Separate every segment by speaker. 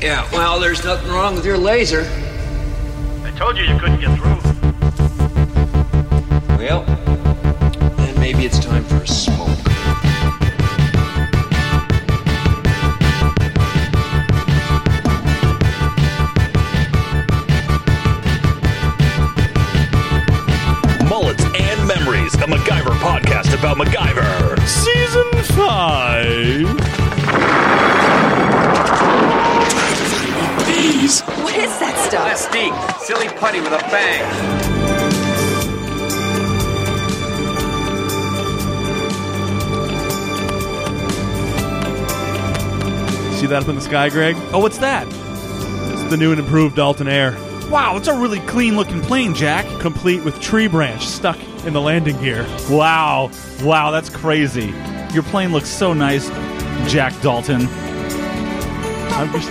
Speaker 1: Yeah, well, there's nothing wrong with your laser.
Speaker 2: I told you you couldn't get through.
Speaker 1: Well, then maybe it's time for a smoke.
Speaker 3: Mullets and Memories, a MacGyver podcast about MacGyver. Season 5.
Speaker 4: What is that stuff?
Speaker 5: Mystique, silly putty with a bang.
Speaker 6: See that up in the sky, Greg?
Speaker 7: Oh, what's that?
Speaker 6: It's the new and improved Dalton Air,
Speaker 7: Wow, it's a really clean looking plane, Jack.
Speaker 6: complete with tree branch stuck in the landing gear.
Speaker 7: Wow. Wow, that's crazy. Your plane looks so nice, Jack Dalton.
Speaker 6: I'm just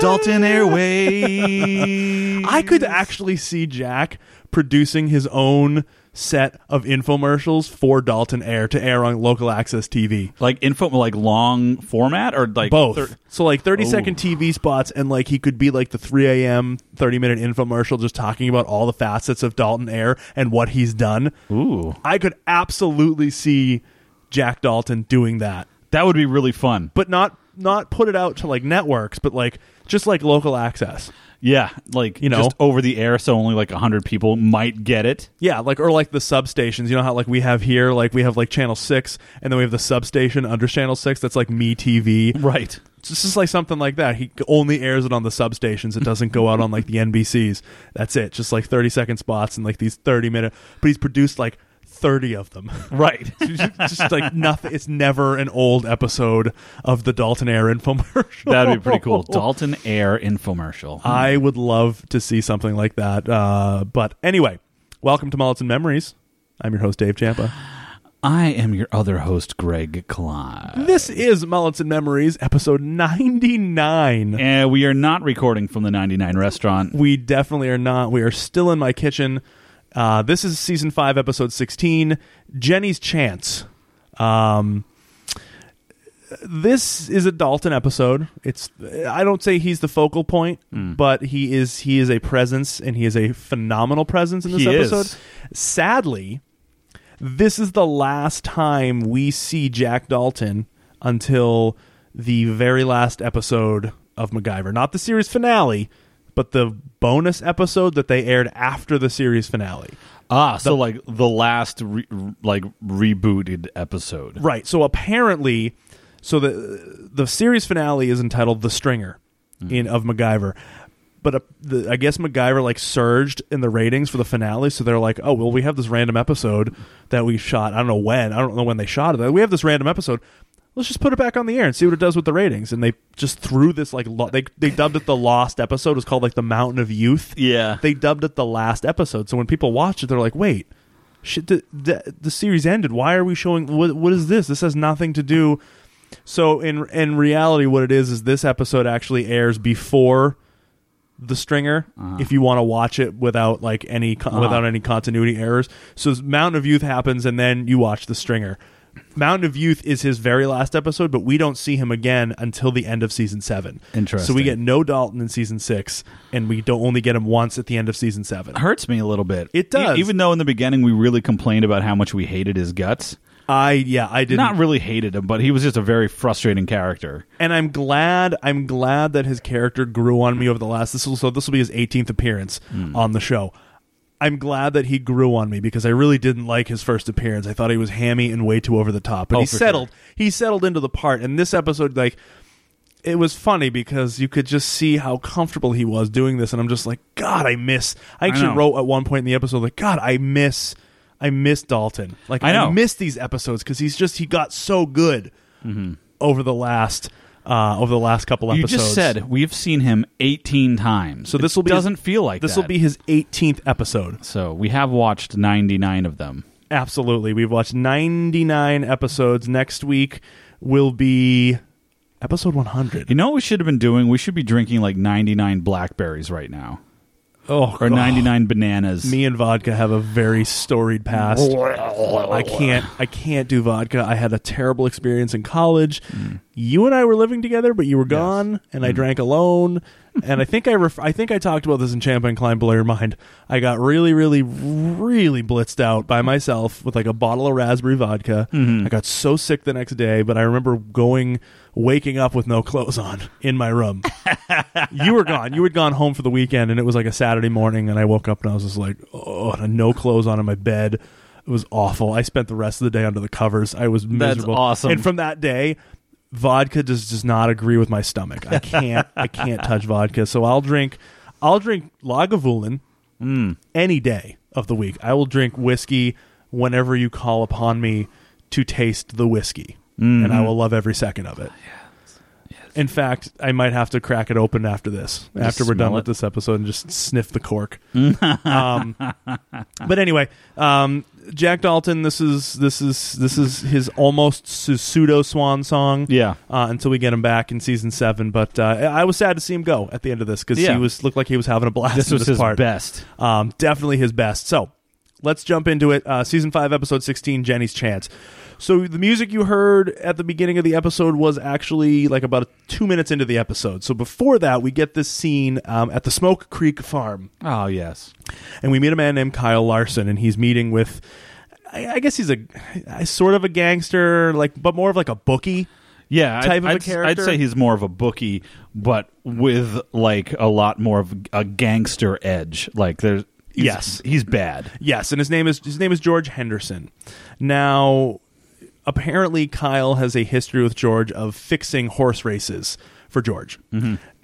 Speaker 7: Dalton Airways.
Speaker 6: I could actually see Jack producing his own set of infomercials for Dalton Air to air on local access TV.
Speaker 7: like info like long format or like
Speaker 6: Both.
Speaker 7: thir-
Speaker 6: so like thirty second TV spots and like he could be like the 3 a.m. 30 minute infomercial just talking about all the facets of Dalton Air and what he's done.
Speaker 7: Ooh.
Speaker 6: I could absolutely see Jack Dalton doing that.
Speaker 7: That would be really fun.
Speaker 6: But not not put it out to like networks, but like just like local access.
Speaker 7: Yeah, like
Speaker 6: You know.
Speaker 7: just over the air so only like 100 people might get it.
Speaker 6: Yeah, like or like the substations. You know how like we have here, like we have like channel six, and then we have the substation under channel six. That's like Me TV.
Speaker 7: Right.
Speaker 6: It's just like something like that. He only airs it on the substations. It doesn't go out on like the NBCs. That's it. Just like thirty second spots and like these thirty minute. But he's produced like thirty of them.
Speaker 7: Right.
Speaker 6: just like nothing. It's never an old episode of the Dalton Air infomercial.
Speaker 7: That'd be pretty cool. Dalton Air infomercial.
Speaker 6: I would love to see something like that. Uh, but anyway, welcome to Mullets and Memories. I'm your host Dave Champa.
Speaker 7: I am your other host, Greg Klein.
Speaker 6: This is Mullets and Memories, episode 99.
Speaker 7: And we are not recording from the 99 restaurant.
Speaker 6: We definitely are not. We are still in my kitchen. Uh, this is season 5, episode 16 Jenny's Chance. Um, this is a Dalton episode. It's I don't say he's the focal point,
Speaker 7: Hmm.
Speaker 6: but he is he is a presence and he is a phenomenal presence in this
Speaker 7: He is.
Speaker 6: episode. Sadly, this is the last time we see Jack Dalton until the very last episode of MacGyver. Not the series finale, but the bonus episode that they aired after the series finale.
Speaker 7: Ah, so like the last re- like rebooted episode.
Speaker 6: Right. So apparently, so the the series finale is entitled "The Stringer" in of MacGyver, but uh, the, I guess MacGyver like surged in the ratings for the finale, so they're like, oh well, we have this random episode that we shot. I don't know when. I don't know when they shot it. We have this random episode. Let's just put it back on the air and see what it does with the ratings. And they just threw this like lo- they they dubbed it the lost episode. It was called like the Mountain of Youth.
Speaker 7: Yeah.
Speaker 6: They dubbed it the last episode. So when people watch it, they're like, wait, shit, the, the, the series ended. Why are we showing? What, what is this? This has nothing to do. So in in reality, what it is is this episode actually airs before the stringer. If you want to watch it without like any con- without any continuity errors, so Mountain of Youth happens, and then you watch the stringer. Mountain of Youth is his very last episode, but we don't see him again until the end of season seven. So we
Speaker 7: Interesting.
Speaker 6: get no Dalton in season six, and we don't only get him once at the end of season seven.
Speaker 7: Hurts me a little bit.
Speaker 6: It does.
Speaker 7: E- even though in the beginning we really complained about how much we hated his guts.
Speaker 6: I yeah, I didn't
Speaker 7: Not really hated him, but he was just a very frustrating character.
Speaker 6: and I'm glad I'm glad that his character grew on me over the last this will so this will be his 18th appearance
Speaker 7: Hmm.
Speaker 6: on the show. I'm glad that he grew on me because I really didn't like his first appearance. I thought he was hammy and way too over the top. But he
Speaker 7: Oh, for
Speaker 6: settled. He settled into the part. And this episode, like, it was funny because you could just see how comfortable he was doing this. And I'm just like, God, I miss. I actually
Speaker 7: know.
Speaker 6: wrote at one point in the episode, like, God, I miss. I miss Dalton. Like,
Speaker 7: I know.
Speaker 6: miss these episodes because he's just he got so good over the last uh, over the last couple
Speaker 7: You
Speaker 6: episodes.
Speaker 7: just said we've seen him 18 times.
Speaker 6: so. This will be
Speaker 7: doesn't feel like
Speaker 6: this
Speaker 7: that.
Speaker 6: will be his 18th episode.
Speaker 7: So we have watched 99 of them.
Speaker 6: Absolutely, we've watched 99 episodes. Next week will be episode 100.
Speaker 7: You know what we should have been doing? We should be drinking like 99 blackberries right now.
Speaker 6: Oh,
Speaker 7: or 99 bananas.
Speaker 6: Me and vodka have a very storied past. I can't I can't do vodka. I had a terrible experience in college. You and I were living together, but you were gone and I drank alone. and I think I ref- I think I talked about this in Champa and Klein Blur Your Mind. I got really really really blitzed out by myself with like a bottle of raspberry vodka. I got so sick the next day, but I remember going waking up with no clothes on in my room you were gone. You had gone home for the weekend, and it was like a Saturday morning. And I woke up and I was just like, oh, and I had no clothes on in my bed. It was awful. I spent the rest of the day under the covers. I was miserable.
Speaker 7: That's awesome.
Speaker 6: And from that day, vodka just does not agree with my stomach. I can't. I can't touch vodka. So I'll drink. I'll drink Lagavulin any day of the week. I will drink whiskey whenever you call upon me to taste the whiskey, and
Speaker 7: Mm-hmm.
Speaker 6: I will love every second of
Speaker 7: Oh,
Speaker 6: it. In fact, I might have to crack it open after this, after we're done
Speaker 7: smell
Speaker 6: with
Speaker 7: it.
Speaker 6: this episode, and just sniff the cork. um, but anyway, um, Jack Dalton, this is this is this is his almost s- pseudo swan song.
Speaker 7: Yeah.
Speaker 6: Uh, until we get him back in season seven, but uh, I I was sad to see him go at the end of this because
Speaker 7: Yeah.
Speaker 6: he was looked like he was having a blast.
Speaker 7: this
Speaker 6: in
Speaker 7: was
Speaker 6: this
Speaker 7: his
Speaker 6: part
Speaker 7: best.
Speaker 6: um, definitely his best. So let's jump into it. Uh, season five, episode sixteen, Jenny's Chance. So the music you heard at the beginning of the episode was actually like about two minutes into the episode. So before that, we get this scene um, at the Smoke Creek Farm,
Speaker 7: Oh, yes.
Speaker 6: and we meet a man named Kyle Larson, and he's meeting with. I I guess he's a, a sort of a gangster, like, but more of like a bookie.
Speaker 7: Yeah,
Speaker 6: type of a
Speaker 7: I'd, I'd, I'd
Speaker 6: character?
Speaker 7: say he's more of a bookie, but with like a lot more of a gangster edge. Like there's, he's-
Speaker 6: Yes.
Speaker 7: he's bad.
Speaker 6: Yes, and his name is his name is George Henderson. Now, apparently, Kyle has a history with George of fixing horse races for George,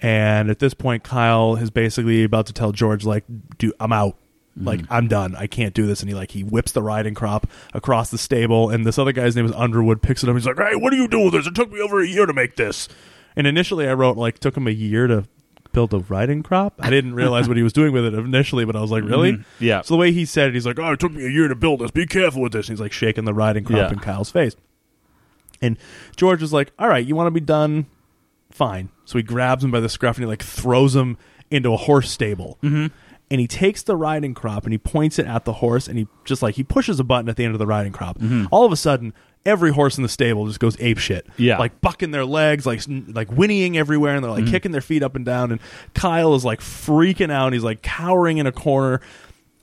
Speaker 6: and at this point, Kyle is basically about to tell George like, "Do I'm out." Like I'm done. I can't do this. And he like he whips the riding crop across the stable. And this other guy's name is Underwood. Picks it up. He's like, "Hey, what are you doing with this? It took me over a year to make this." And initially, I wrote like took him a year to build a riding crop. I didn't realize what he was doing with it initially, but I was like, "Really?"
Speaker 7: Yeah.
Speaker 6: So the way he said it, he's like, "Oh, it took me a year to build this. Be careful with this." And he's like shaking the riding crop
Speaker 7: Yeah.
Speaker 6: in Kyle's face. And George is like, "All right, you want to be done? Fine." So he grabs him by the scruff and he like throws him into a horse stable. Mm-hmm. And he takes the riding crop and he points it at the horse and he just like he pushes a button at the end of the riding crop. All of a sudden, every horse in the stable just goes ape shit.
Speaker 7: Yeah.
Speaker 6: like bucking their legs, like like whinnying everywhere, and they're like kicking their feet up and down. And Kyle is like freaking out. And he's like cowering in a corner.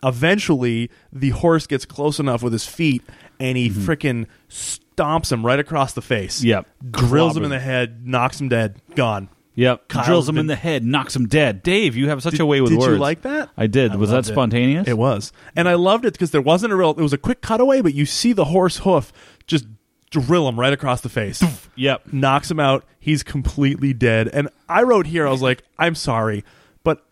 Speaker 6: Eventually, the horse gets close enough with his feet, and he frickin' stomps him right across the face.
Speaker 7: Yep.
Speaker 6: drills him
Speaker 7: Clobbered.
Speaker 6: in the head, knocks him dead, gone.
Speaker 7: Yep,
Speaker 6: Kyle's
Speaker 7: drills him in
Speaker 6: been-
Speaker 7: the head, knocks him dead. Dave, you have such a way with
Speaker 6: did
Speaker 7: words.
Speaker 6: you like that?
Speaker 7: I did. was that
Speaker 6: loved it.
Speaker 7: spontaneous?
Speaker 6: It was, and I loved it because there wasn't a real. It was a quick cutaway, but you see the horse hoof just drill him right across the face.
Speaker 7: Yep.
Speaker 6: knocks him out. He's completely dead. And I wrote here, I was like, I'm sorry, but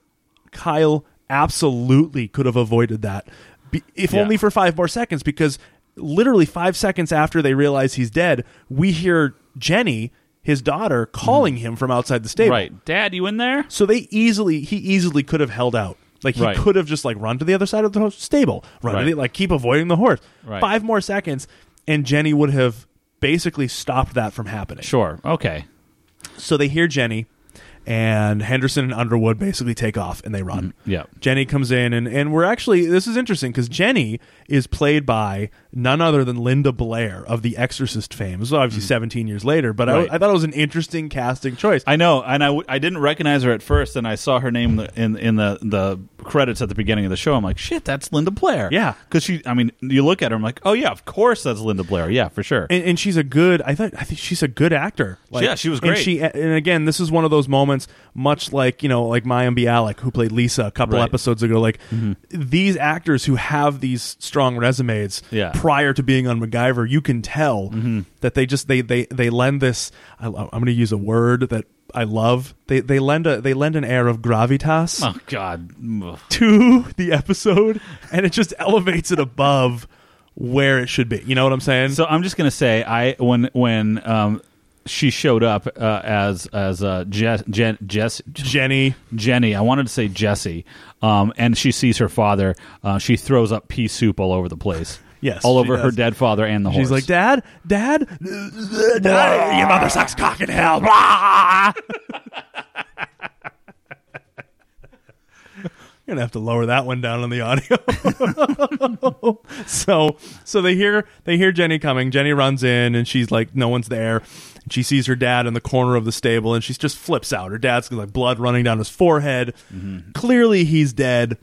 Speaker 6: Kyle absolutely could have avoided that, Be- if
Speaker 7: Yeah.
Speaker 6: only for five more seconds, because literally five seconds after they realize he's dead, we hear Jenny, his daughter, calling him from outside the stable.
Speaker 7: Right, Dad, you in there?
Speaker 6: So they easily, he easily could have held out. Like he
Speaker 7: Right.
Speaker 6: could have just like run to the other side of the stable, run
Speaker 7: Right.
Speaker 6: to the, like keep avoiding the horse.
Speaker 7: Right.
Speaker 6: Five more seconds, and Jenny would have basically stopped that from happening.
Speaker 7: Sure. Okay.
Speaker 6: So they hear Jenny, and Henderson and Underwood basically take off and they run.
Speaker 7: Mm-hmm. yeah.
Speaker 6: Jenny comes in, and, and we're actually, this is interesting because Jenny is played by none other than Linda Blair of The Exorcist fame. This is obviously 17 years later, but
Speaker 7: Mm. Right.
Speaker 6: I, I thought it was an interesting casting choice.
Speaker 7: I know, and I, w- I didn't recognize her at first, and I saw her name in in the the credits at the beginning of the show. I'm like, shit, that's Linda Blair.
Speaker 6: Yeah.
Speaker 7: because she. I mean, you look at her, I'm like, oh yeah, of course that's Linda Blair. Yeah, for sure.
Speaker 6: and, and she's a good. I thought I think she's a good actor.
Speaker 7: Yeah, she was
Speaker 6: and
Speaker 7: great.
Speaker 6: she and again, this is one of those moments, much like you know, like Mayim Bialik, who played Lisa a couple
Speaker 7: Right. Mm-hmm.
Speaker 6: episodes ago. Like these actors who have these strong resumes,
Speaker 7: Yeah. Mm-hmm.
Speaker 6: prior to being on MacGyver, you can tell that they just they they they lend this. I, am going to use a word that I love. They they lend a they lend an air of gravitas
Speaker 7: oh God. Ugh.
Speaker 6: to the episode, and it just elevates it above where it should be. You know what I'm saying?
Speaker 7: So I'm just gonna say, I when when um she showed up uh, as as uh Jess, Jen, Jess
Speaker 6: Jenny.
Speaker 7: Jenny, I wanted to say Jesse, um, and she sees her father. Uh, she throws up pea soup all over the place.
Speaker 6: Yes,
Speaker 7: all
Speaker 6: she
Speaker 7: over her
Speaker 6: does.
Speaker 7: dead father and the horse.
Speaker 6: She's like, Dad, Dad, Dad, your mother sucks cock in hell. Blah. You're gonna have to lower that one down on the audio. so so they hear they hear Jenny coming. Jenny runs in and she's like, no one's there. And she sees her dad in the corner of the stable and she just flips out. Her dad's got, like blood running down his forehead.
Speaker 7: Mm-hmm.
Speaker 6: Clearly he's dead.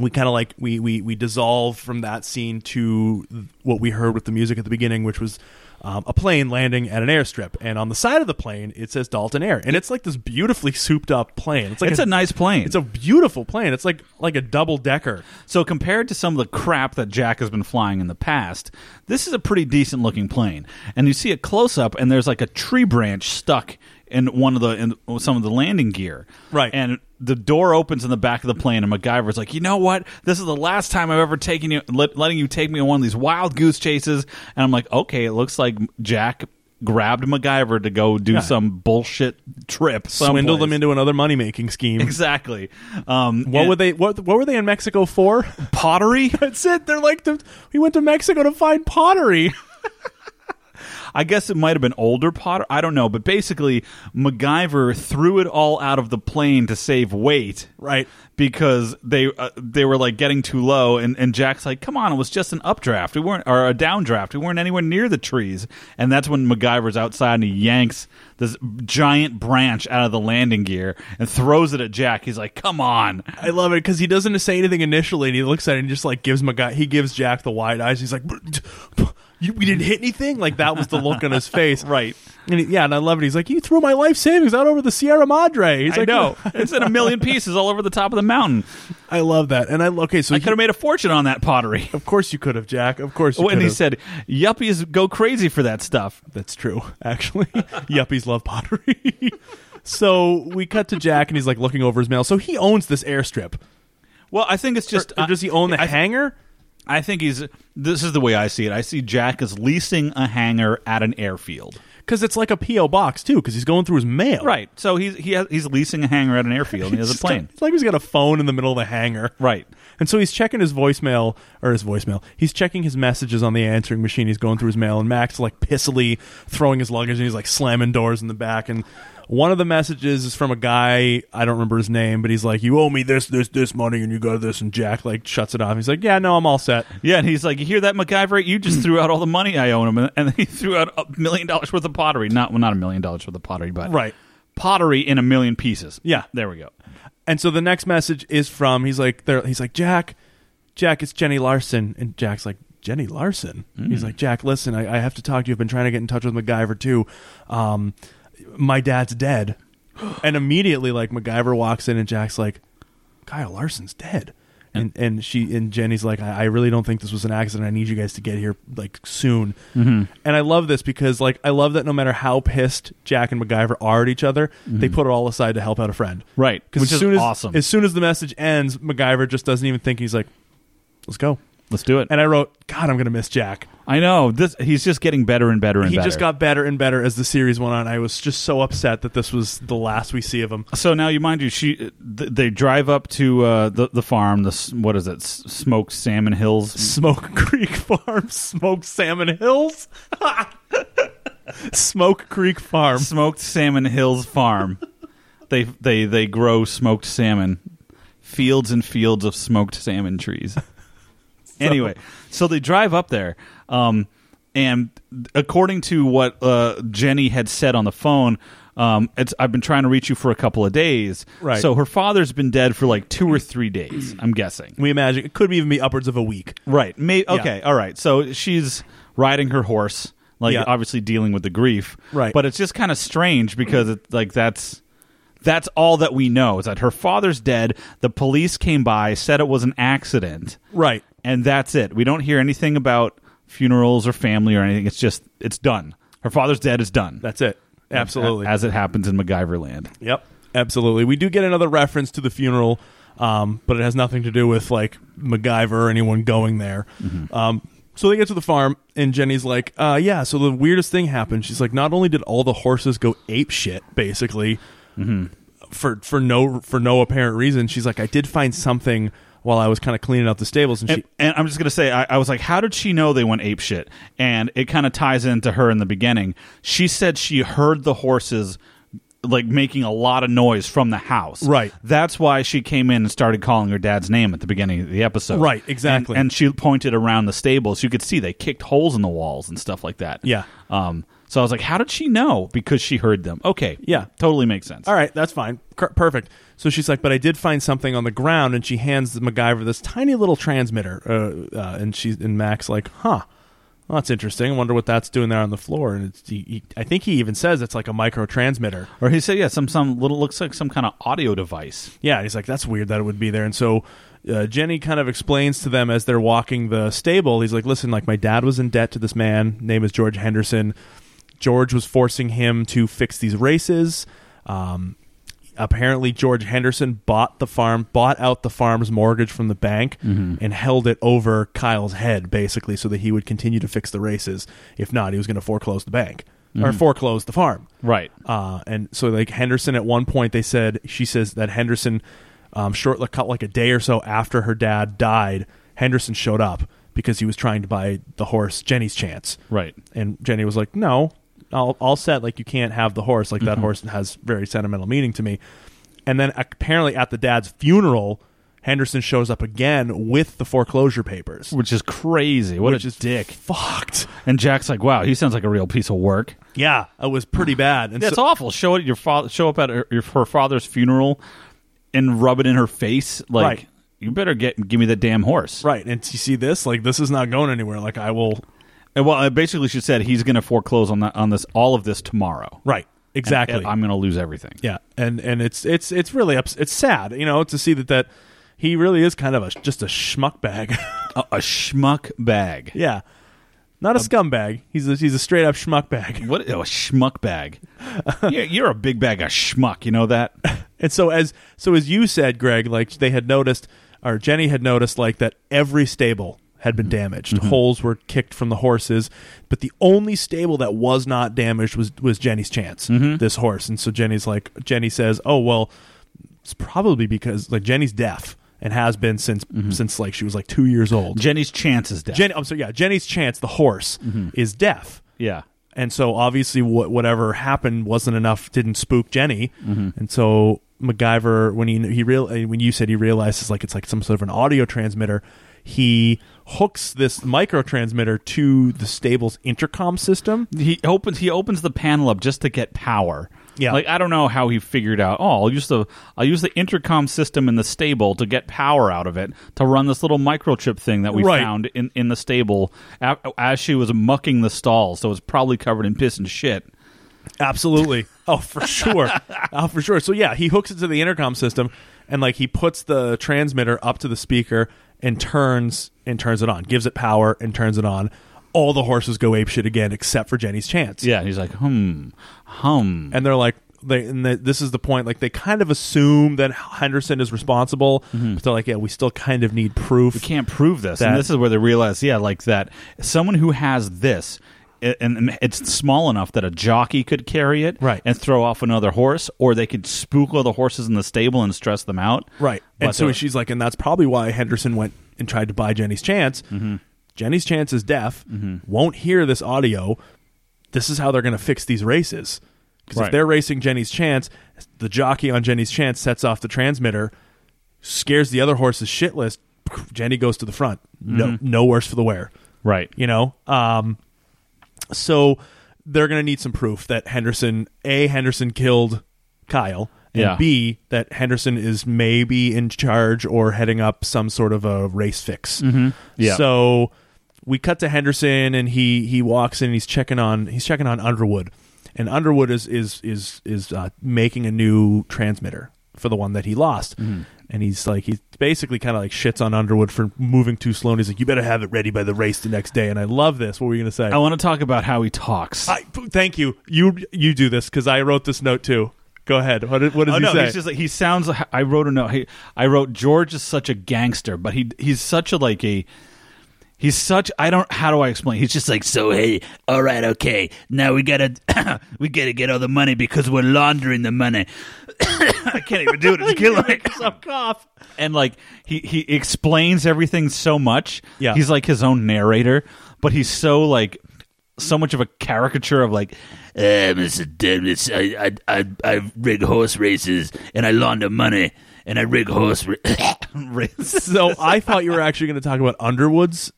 Speaker 6: We kind of like we, we we dissolve from that scene to what we heard with the music at the beginning, which was um, a plane landing at an airstrip, and on the side of the plane it says Dalton Air, and it's like this beautifully souped up plane. It's like
Speaker 7: It's a nice plane.
Speaker 6: it's a beautiful plane. It's like like a double decker.
Speaker 7: So compared to some of the crap that Jack has been flying in the past, this is a pretty decent looking plane. And you see a close up, and there's like a tree branch stuck in one of the in some of the landing gear.
Speaker 6: Right.
Speaker 7: And the door opens in the back of the plane, and MacGyver's like, "You know what? This is the last time I've ever taken you, let, letting you take me on one of these wild goose chases." And I'm like, "Okay, it looks like Jack." Grabbed MacGyver to go do some bullshit trip,
Speaker 6: Swindle
Speaker 7: someplace.
Speaker 6: them into another money making scheme.
Speaker 7: exactly. Um,
Speaker 6: What
Speaker 7: and-
Speaker 6: were they? What what were they in Mexico for?
Speaker 7: pottery?
Speaker 6: That's it. They're like the, we went to Mexico to find pottery.
Speaker 7: I guess it might have been older Potter. I don't know, but basically, MacGyver threw it all out of the plane to save weight,
Speaker 6: Right.
Speaker 7: Because they uh, they were like getting too low, and, and Jack's like, "Come on, it was just an updraft. We weren't or a downdraft. We weren't anywhere near the trees." And that's when MacGyver's outside and he yanks this giant branch out of the landing gear and throws it at Jack. He's like, "Come on!"
Speaker 6: I love it because he doesn't say anything initially, and he looks at it and just like gives my guy. He gives Jack the wide eyes. He's like, you, "We didn't hit anything." Like that was the look on his face,
Speaker 7: Right.
Speaker 6: And he, yeah, and I love it. He's like, "You threw my life savings out over the Sierra Madre." He's
Speaker 7: I
Speaker 6: like,
Speaker 7: know it's in a million pieces all over the top of the mountain.
Speaker 6: I love that." And I okay, so
Speaker 7: I
Speaker 6: he-
Speaker 7: could have made a fortune on that pottery.
Speaker 6: of course you could have, Jack. Of course, you
Speaker 7: When
Speaker 6: could
Speaker 7: he
Speaker 6: have.
Speaker 7: said, "Yuppies go crazy for that stuff."
Speaker 6: That's true, actually. Yuppies love pottery. so we cut to Jack, and he's like looking over his mail. So he owns this airstrip.
Speaker 7: Well, I think it's just. uh,
Speaker 6: Or does he own the
Speaker 7: I,
Speaker 6: hangar?
Speaker 7: I think he's. This is the way I see it. I see Jack is leasing a hangar at an airfield.
Speaker 6: Because it's like a PO box too. Because he's going through his mail.
Speaker 7: Right. So he's he has, he's leasing a hangar at an airfield. and He has a
Speaker 6: It's got-
Speaker 7: plane.
Speaker 6: It's like he's got a phone in the middle of the hangar.
Speaker 7: Right.
Speaker 6: And so he's checking his voicemail or his voicemail. He's checking his messages on the answering machine. He's going through his mail, and Max like pissily throwing his luggage, and he's like slamming doors in the back. And one of the messages is from a guy I don't remember his name, but he's like, "You owe me this, this, this money, and you got this." And Jack like shuts it off. He's like, "Yeah, no, I'm all set."
Speaker 7: Yeah, and he's like, "You hear that, MacGyver? You just threw out all the money I own him, and- and he threw out a million dollars worth of pottery. Not well, not a million dollars worth of pottery, but
Speaker 6: Right.
Speaker 7: pottery in a million pieces.
Speaker 6: Yeah.
Speaker 7: there we go.
Speaker 6: And so the next message is from he's like there he's like Jack, Jack, it's Jenny Larson, and Jack's like Jenny Larson. He's like Jack, listen, I, I have to talk to you. I've been trying to get in touch with MacGyver too. Um, my dad's dead, and immediately like MacGyver walks in and Jack's like, Kyle Larson's dead. And, and she and Jenny's like, I, I really don't think this was an accident. I need you guys to get here like soon. And I love this because like I love that no matter how pissed Jack and MacGyver are at each other, they put it all aside to help out a friend.
Speaker 7: Right, which
Speaker 6: Because as
Speaker 7: is
Speaker 6: soon as
Speaker 7: awesome.
Speaker 6: as soon as the message ends, MacGyver just doesn't even think. He's like, "Let's go."
Speaker 7: Let's do it.
Speaker 6: And I wrote, "God, I'm gonna miss Jack."
Speaker 7: I know this. He's just getting better and better and
Speaker 6: He
Speaker 7: better.
Speaker 6: just got better and better as the series went on. I was just so upset that this was the last we see of him.
Speaker 7: So now you mind you, she th- they drive up to uh, the the farm. The s- what is it? S- Smoked Salmon Hills.
Speaker 6: Smoke Creek Farm, Smoke Salmon Hills, Smoke Creek Farm.
Speaker 7: Smoked Salmon Hills Farm. they they they grow smoked salmon. Fields and fields of smoked salmon trees. anyway, so they drive up there, um, and according to what uh, Jenny had said on the phone, um, it's I've been trying to reach you for a couple of days.
Speaker 6: Right.
Speaker 7: So her father's been dead for like two or three days. I'm guessing.
Speaker 6: We imagine it could even be upwards of a week.
Speaker 7: Right. May- okay. All right. So she's riding her horse, like
Speaker 6: Yeah.
Speaker 7: obviously dealing with the grief.
Speaker 6: Right.
Speaker 7: But it's just kind of strange because it's like that's that's all that we know is that her father's dead. The police came by, said it was an accident,
Speaker 6: Right.
Speaker 7: and that's it. We don't hear anything about funerals or family or anything. It's just it's done. Her father's dead. It's done.
Speaker 6: That's it. Absolutely.
Speaker 7: As it happens in MacGyver land.
Speaker 6: Yep, absolutely. We do get another reference to the funeral, um, but it has nothing to do with like MacGyver or anyone going there. Um, so they get to the farm, and Jenny's like, uh, "Yeah." So the weirdest thing happened. She's like, "Not only did all the horses go ape shit, basically, for for no for no apparent reason." She's like, "I did find something while I was kind of cleaning out the stables," and she
Speaker 7: And, and I'm just gonna say, I, I was like, how did she know they went ape shit? And it kind of ties into her in the beginning. She said she heard the horses like making a lot of noise from the house.
Speaker 6: Right.
Speaker 7: That's why she came in and started calling her dad's name at the beginning of the episode.
Speaker 6: Right, exactly.
Speaker 7: And, and she pointed around the stables. You could see they kicked holes in the walls and stuff like that.
Speaker 6: Yeah.
Speaker 7: Um. So I was like, how did she know? Because she heard them. Okay.
Speaker 6: Yeah.
Speaker 7: Totally makes sense.
Speaker 6: All right, that's fine. Cor- Perfect. So she's like, but I did find something on the ground, and she hands MacGyver this tiny little transmitter, uh, uh, and she's and Max like, huh, well, that's interesting. I wonder what that's doing there on the floor. And it's, he, he, I think he even says it's like a micro transmitter.
Speaker 7: Or he said, yeah, some some little looks like some kind of audio device.
Speaker 6: Yeah, and he's like, that's weird that it would be there. And so uh, Jenny kind of explains to them as they're walking the stable. He's like, listen, like my dad was in debt to this man. Name is George Henderson. George was forcing him to fix these races. Um, apparently, George Henderson bought the farm, bought out the farm's mortgage from the bank, and held it over Kyle's head basically, so that he would continue to fix the races. If not, he was going to foreclose the bank or foreclose the farm.
Speaker 7: Right.
Speaker 6: Uh, and so like Henderson at one point they said she says that Henderson um, short cut like a day or so after her dad died, Henderson showed up because he was trying to buy the horse Jenny's chance.
Speaker 7: Right.
Speaker 6: And Jenny was like, "No, all, all set. Like you can't have the horse. Like that horse has very sentimental meaning to me." And then apparently at the dad's funeral, Henderson shows up again with the foreclosure papers.
Speaker 7: Which is crazy. What a dick.
Speaker 6: Fucked.
Speaker 7: And Jack's like, wow, he sounds like a real piece of work.
Speaker 6: Yeah, it was pretty bad. And
Speaker 7: That's
Speaker 6: so-
Speaker 7: awful. Show it at your father. Show up at her, your, her father's funeral and rub it in her face. Like
Speaker 6: Right.
Speaker 7: you better get give me that damn horse.
Speaker 6: Right, and you see this, like this is not going anywhere. Like I will
Speaker 7: And well, uh, basically, she said he's going to foreclose on that on this all of this tomorrow.
Speaker 6: Right. Exactly.
Speaker 7: And I'm going to lose everything.
Speaker 6: yeah, and and it's it's it's really ups- it's sad, you know, to see that that he really is kind of a just a schmuck bag.
Speaker 7: A, a schmuck bag.
Speaker 6: yeah. Not a
Speaker 7: Um,
Speaker 6: scumbag. He's a, he's a straight up schmuck bag.
Speaker 7: What oh, a schmuck bag. you're, you're a big bag of schmuck. You know that.
Speaker 6: And so as so as you said, Greg, like they had noticed or Jenny had noticed like that every stable had been damaged. Holes were kicked from the horses, but the only stable that was not damaged was was Jenny's chance. This horse. And so Jenny's like Jenny says, "Oh, well, it's probably because like Jenny's deaf and has been since since like she was like 2 years old."
Speaker 7: Jenny's chance is dead.
Speaker 6: Jenny, I'm sorry, yeah, Jenny's chance, the horse is deaf.
Speaker 7: yeah.
Speaker 6: And so obviously, what whatever happened wasn't enough, didn't spook Jenny. And so MacGyver, when he he real uh, when you said he realizes like it's like some sort of an audio transmitter, he hooks this micro transmitter to the stable's intercom system.
Speaker 7: he opens he opens the panel up just to get power.
Speaker 6: Yeah.
Speaker 7: Like I don't know how he figured out. Oh, I'll use the I'll use the intercom system in the stable to get power out of it to run this little microchip thing that we
Speaker 6: Right.
Speaker 7: found in in the stable a- as she was mucking the stalls. So it's probably covered in piss and shit.
Speaker 6: Absolutely. oh, for sure. oh, for sure. So yeah, he hooks it to the intercom system, and like he puts the transmitter up to the speaker and turns and turns it on, gives it power and turns it on. All the horses go apeshit again, except for Jenny's chance.
Speaker 7: Yeah, he's like, "Hmm. Hum.
Speaker 6: and they're like. They, and the, this is the point. Like they kind of assume that Henderson is responsible, but they're like, "Yeah, we still kind of need proof."
Speaker 7: Mm-hmm. We can't prove this."
Speaker 6: That-
Speaker 7: and this is where they realize, yeah, like that someone who has this a- and and it's small enough that a jockey could carry it
Speaker 6: Right.
Speaker 7: and throw off another horse, or they could spook all the horses in the stable and stress them out.
Speaker 6: Right.
Speaker 7: But
Speaker 6: and so
Speaker 7: the-
Speaker 6: she's like, and that's probably why Henderson went and tried to buy Jenny's chance.
Speaker 7: Mm-hmm.
Speaker 6: Jenny's chance is deaf, won't hear this audio. This is how they're going to fix these races. Because if
Speaker 7: Right.
Speaker 6: they're racing Jenny's chance, the jockey on Jenny's chance sets off the transmitter, scares the other horses shitless. Jenny goes to the front. No,
Speaker 7: Mm-hmm.
Speaker 6: no worse for the wear.
Speaker 7: Right.
Speaker 6: You know? Um, so they're going to need some proof that Henderson, A, Henderson killed Kyle, and
Speaker 7: Yeah.
Speaker 6: B, that Henderson is maybe in charge or heading up some sort of a race fix.
Speaker 7: Mm-hmm. Yeah.
Speaker 6: So we cut to Henderson and he he walks in and he's checking on he's checking on Underwood. And Underwood is is is is uh, making a new transmitter for the one that he lost.
Speaker 7: Mm-hmm.
Speaker 6: And he's like he basically kind of like shits on Underwood for moving too slow and he's like you better have it ready by the race the next day and I love this. What were you going to say?
Speaker 7: I want to talk about how he talks.
Speaker 6: I, thank you. You you do this cuz I wrote this note too. Go ahead. What, did- what does
Speaker 7: oh
Speaker 6: he
Speaker 7: no,
Speaker 6: say?
Speaker 7: he's just like he sounds. Like, I wrote a note. He, I wrote George is such a gangster, but he he's such a like a. He's such. I don't. How do I explain? He's just like so. Hey, all right, okay. Now we gotta we gotta get all the money because we're laundering the money. I can't even do it. It's killing me.
Speaker 6: cough.
Speaker 7: and like he he explains everything so much.
Speaker 6: Yeah.
Speaker 7: he's like his own narrator, but he's so like so much of a caricature of like
Speaker 8: Eh, Mr. Davis, I, I, I, I rig horse races and I launder money and I rig horse. Ra-
Speaker 7: race.
Speaker 6: So I thought you were actually going to talk about Underwood's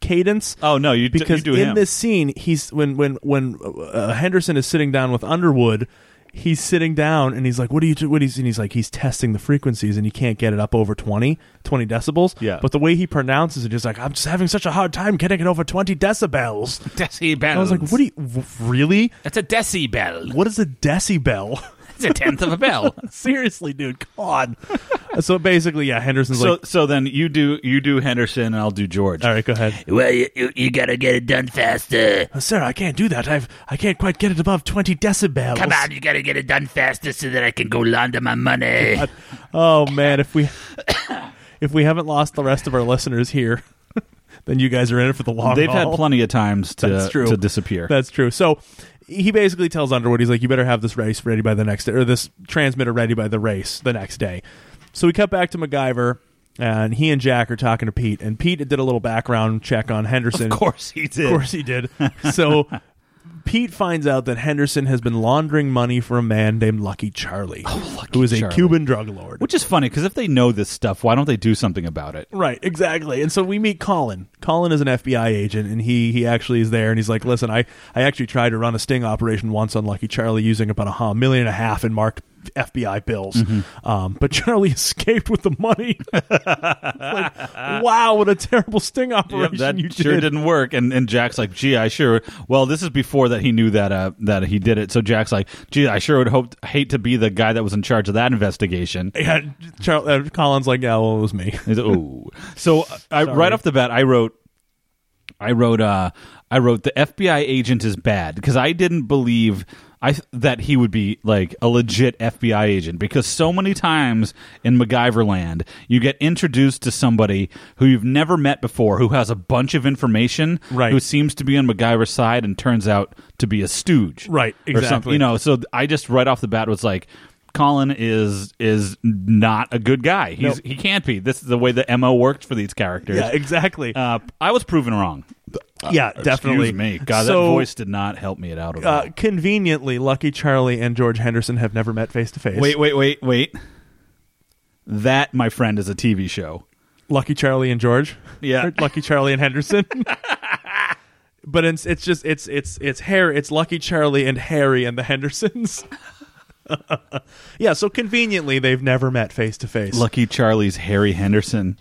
Speaker 6: cadence.
Speaker 7: Oh no, you d-
Speaker 6: because
Speaker 7: you do
Speaker 6: in
Speaker 7: him.
Speaker 6: this scene, he's when when when uh, Henderson is sitting down with Underwood, he's sitting down and he's like, "What do you do?" What he's and he's like, he's testing the frequencies and you can't get it up over 20, 20 decibels.
Speaker 7: Yeah.
Speaker 6: But the way he pronounces it, he's like, "I'm just having such a hard time getting it over twenty decibels."
Speaker 8: decibel.
Speaker 6: I was like, "What do you w- really?
Speaker 8: That's a decibel.
Speaker 6: What is a decibel?"
Speaker 8: It's a tenth of a bell.
Speaker 6: Seriously, dude, come on. so basically, yeah, Henderson's
Speaker 7: so
Speaker 6: like,
Speaker 7: so then you do you do Henderson and I'll do George.
Speaker 6: "All right, go ahead."
Speaker 8: well, you, you, you gotta get it done faster.
Speaker 6: Uh, Sir, I can't do that. I've I can't quite get it above twenty decibels.
Speaker 8: Come on, you gotta get it done faster so that I can go launder my money.
Speaker 6: Oh man, if we if we haven't lost the rest of our listeners here, then you guys are in it for the long
Speaker 7: They've
Speaker 6: haul.
Speaker 7: had plenty of times to
Speaker 6: That's true.
Speaker 7: to disappear.
Speaker 6: That's true. So he basically tells Underwood, he's like, "You better have this race ready by the next day, or this transmitter ready by the race the next day." So we cut back to MacGyver, and he and Jack are talking to Pete, and Pete did a little background check on Henderson.
Speaker 7: of course he did.
Speaker 6: Of course he did. So Pete finds out that Henderson has been laundering money for a man named Lucky Charlie, who is a
Speaker 7: Oh, Charlie.
Speaker 6: Cuban drug lord.
Speaker 7: Which is funny because if they know this stuff, why don't they do something about it?
Speaker 6: Right, exactly. And so we meet Colin. Colin is an FBI agent, and he he actually is there, and he's like, "Listen, I I actually tried to run a sting operation once on Lucky Charlie using about a ha- million and a half in marked FBI bills,
Speaker 7: Mm-hmm.
Speaker 6: um, but Charlie escaped with the money." It's like, wow, what a terrible sting operation
Speaker 7: that
Speaker 6: you
Speaker 7: sure
Speaker 6: did.
Speaker 7: didn't work. And and Jack's like, gee, I sure. Well, this is before that he knew that uh, that he did it. So Jack's like, gee, I sure would hope hate to be the guy that was in charge of that investigation.
Speaker 6: Yeah, Char- uh, Colin's like, "Yeah, well, it was me."
Speaker 7: He's, Ooh. So uh, I, right off the bat, I wrote, I wrote, uh, I wrote the FBI agent is bad because I didn't believe I that he would be like a legit FBI agent because so many times in MacGyver land you get introduced to somebody who you've never met before who has a bunch of information
Speaker 6: Right.
Speaker 7: who seems to be on MacGyver's side and turns out to be a stooge
Speaker 6: Right,
Speaker 7: or something,
Speaker 6: exactly.
Speaker 7: you know, Oh, so I just right off the bat was like. Colin is is not a good guy. He's,
Speaker 6: Nope.
Speaker 7: He can't be. This is the way the mo worked for these characters.
Speaker 6: Yeah, exactly.
Speaker 7: uh, I was proven wrong.
Speaker 6: yeah, definitely.
Speaker 7: Excuse me. God,
Speaker 6: So,
Speaker 7: that voice did not help me at out at all.
Speaker 6: Uh, conveniently, Lucky Charlie and George Henderson have never met face to face.
Speaker 7: wait, wait, wait, wait. That, my friend, is a TV show.
Speaker 6: Lucky Charlie and George.
Speaker 7: Yeah.
Speaker 6: Or Lucky Charlie and Henderson. but it's it's just it's it's it's Harry it's Lucky Charlie and Harry and the Hendersons. yeah, so conveniently they've never met face to face.
Speaker 7: Lucky Charlie's Harry Henderson.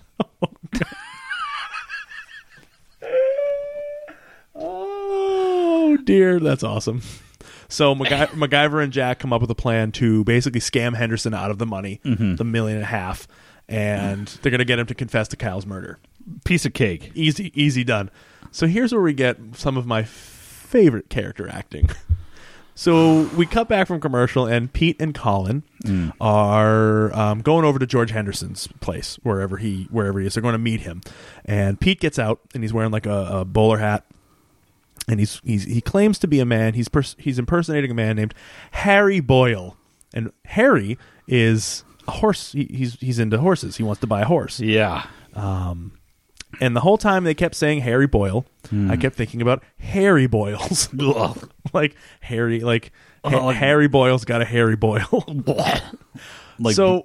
Speaker 6: Oh dear, that's awesome. So MacGy- MacGyver and Jack come up with a plan to basically scam Henderson out of the money, the million and a half, and they're gonna get him to confess to Kyle's murder.
Speaker 7: Piece of cake.
Speaker 6: easy easy done so here's where we get some of my favorite character acting so we cut back from commercial and pete and colin are um, going over to george henderson's place wherever he wherever he is they're going to meet him and pete gets out and he's wearing like a, a bowler hat and he's, he's he claims to be a man he's pers- he's impersonating a man named harry boyle and harry is a horse he, he's he's into horses he wants to buy a horse
Speaker 7: Yeah.
Speaker 6: and the whole time they kept saying Harry Boyle. I kept thinking about Harry Boyles.
Speaker 7: Ugh.
Speaker 6: like Harry like Ha-
Speaker 7: Oh, like-
Speaker 6: Harry Boyle's got a Harry Boyle.
Speaker 7: Like,
Speaker 6: so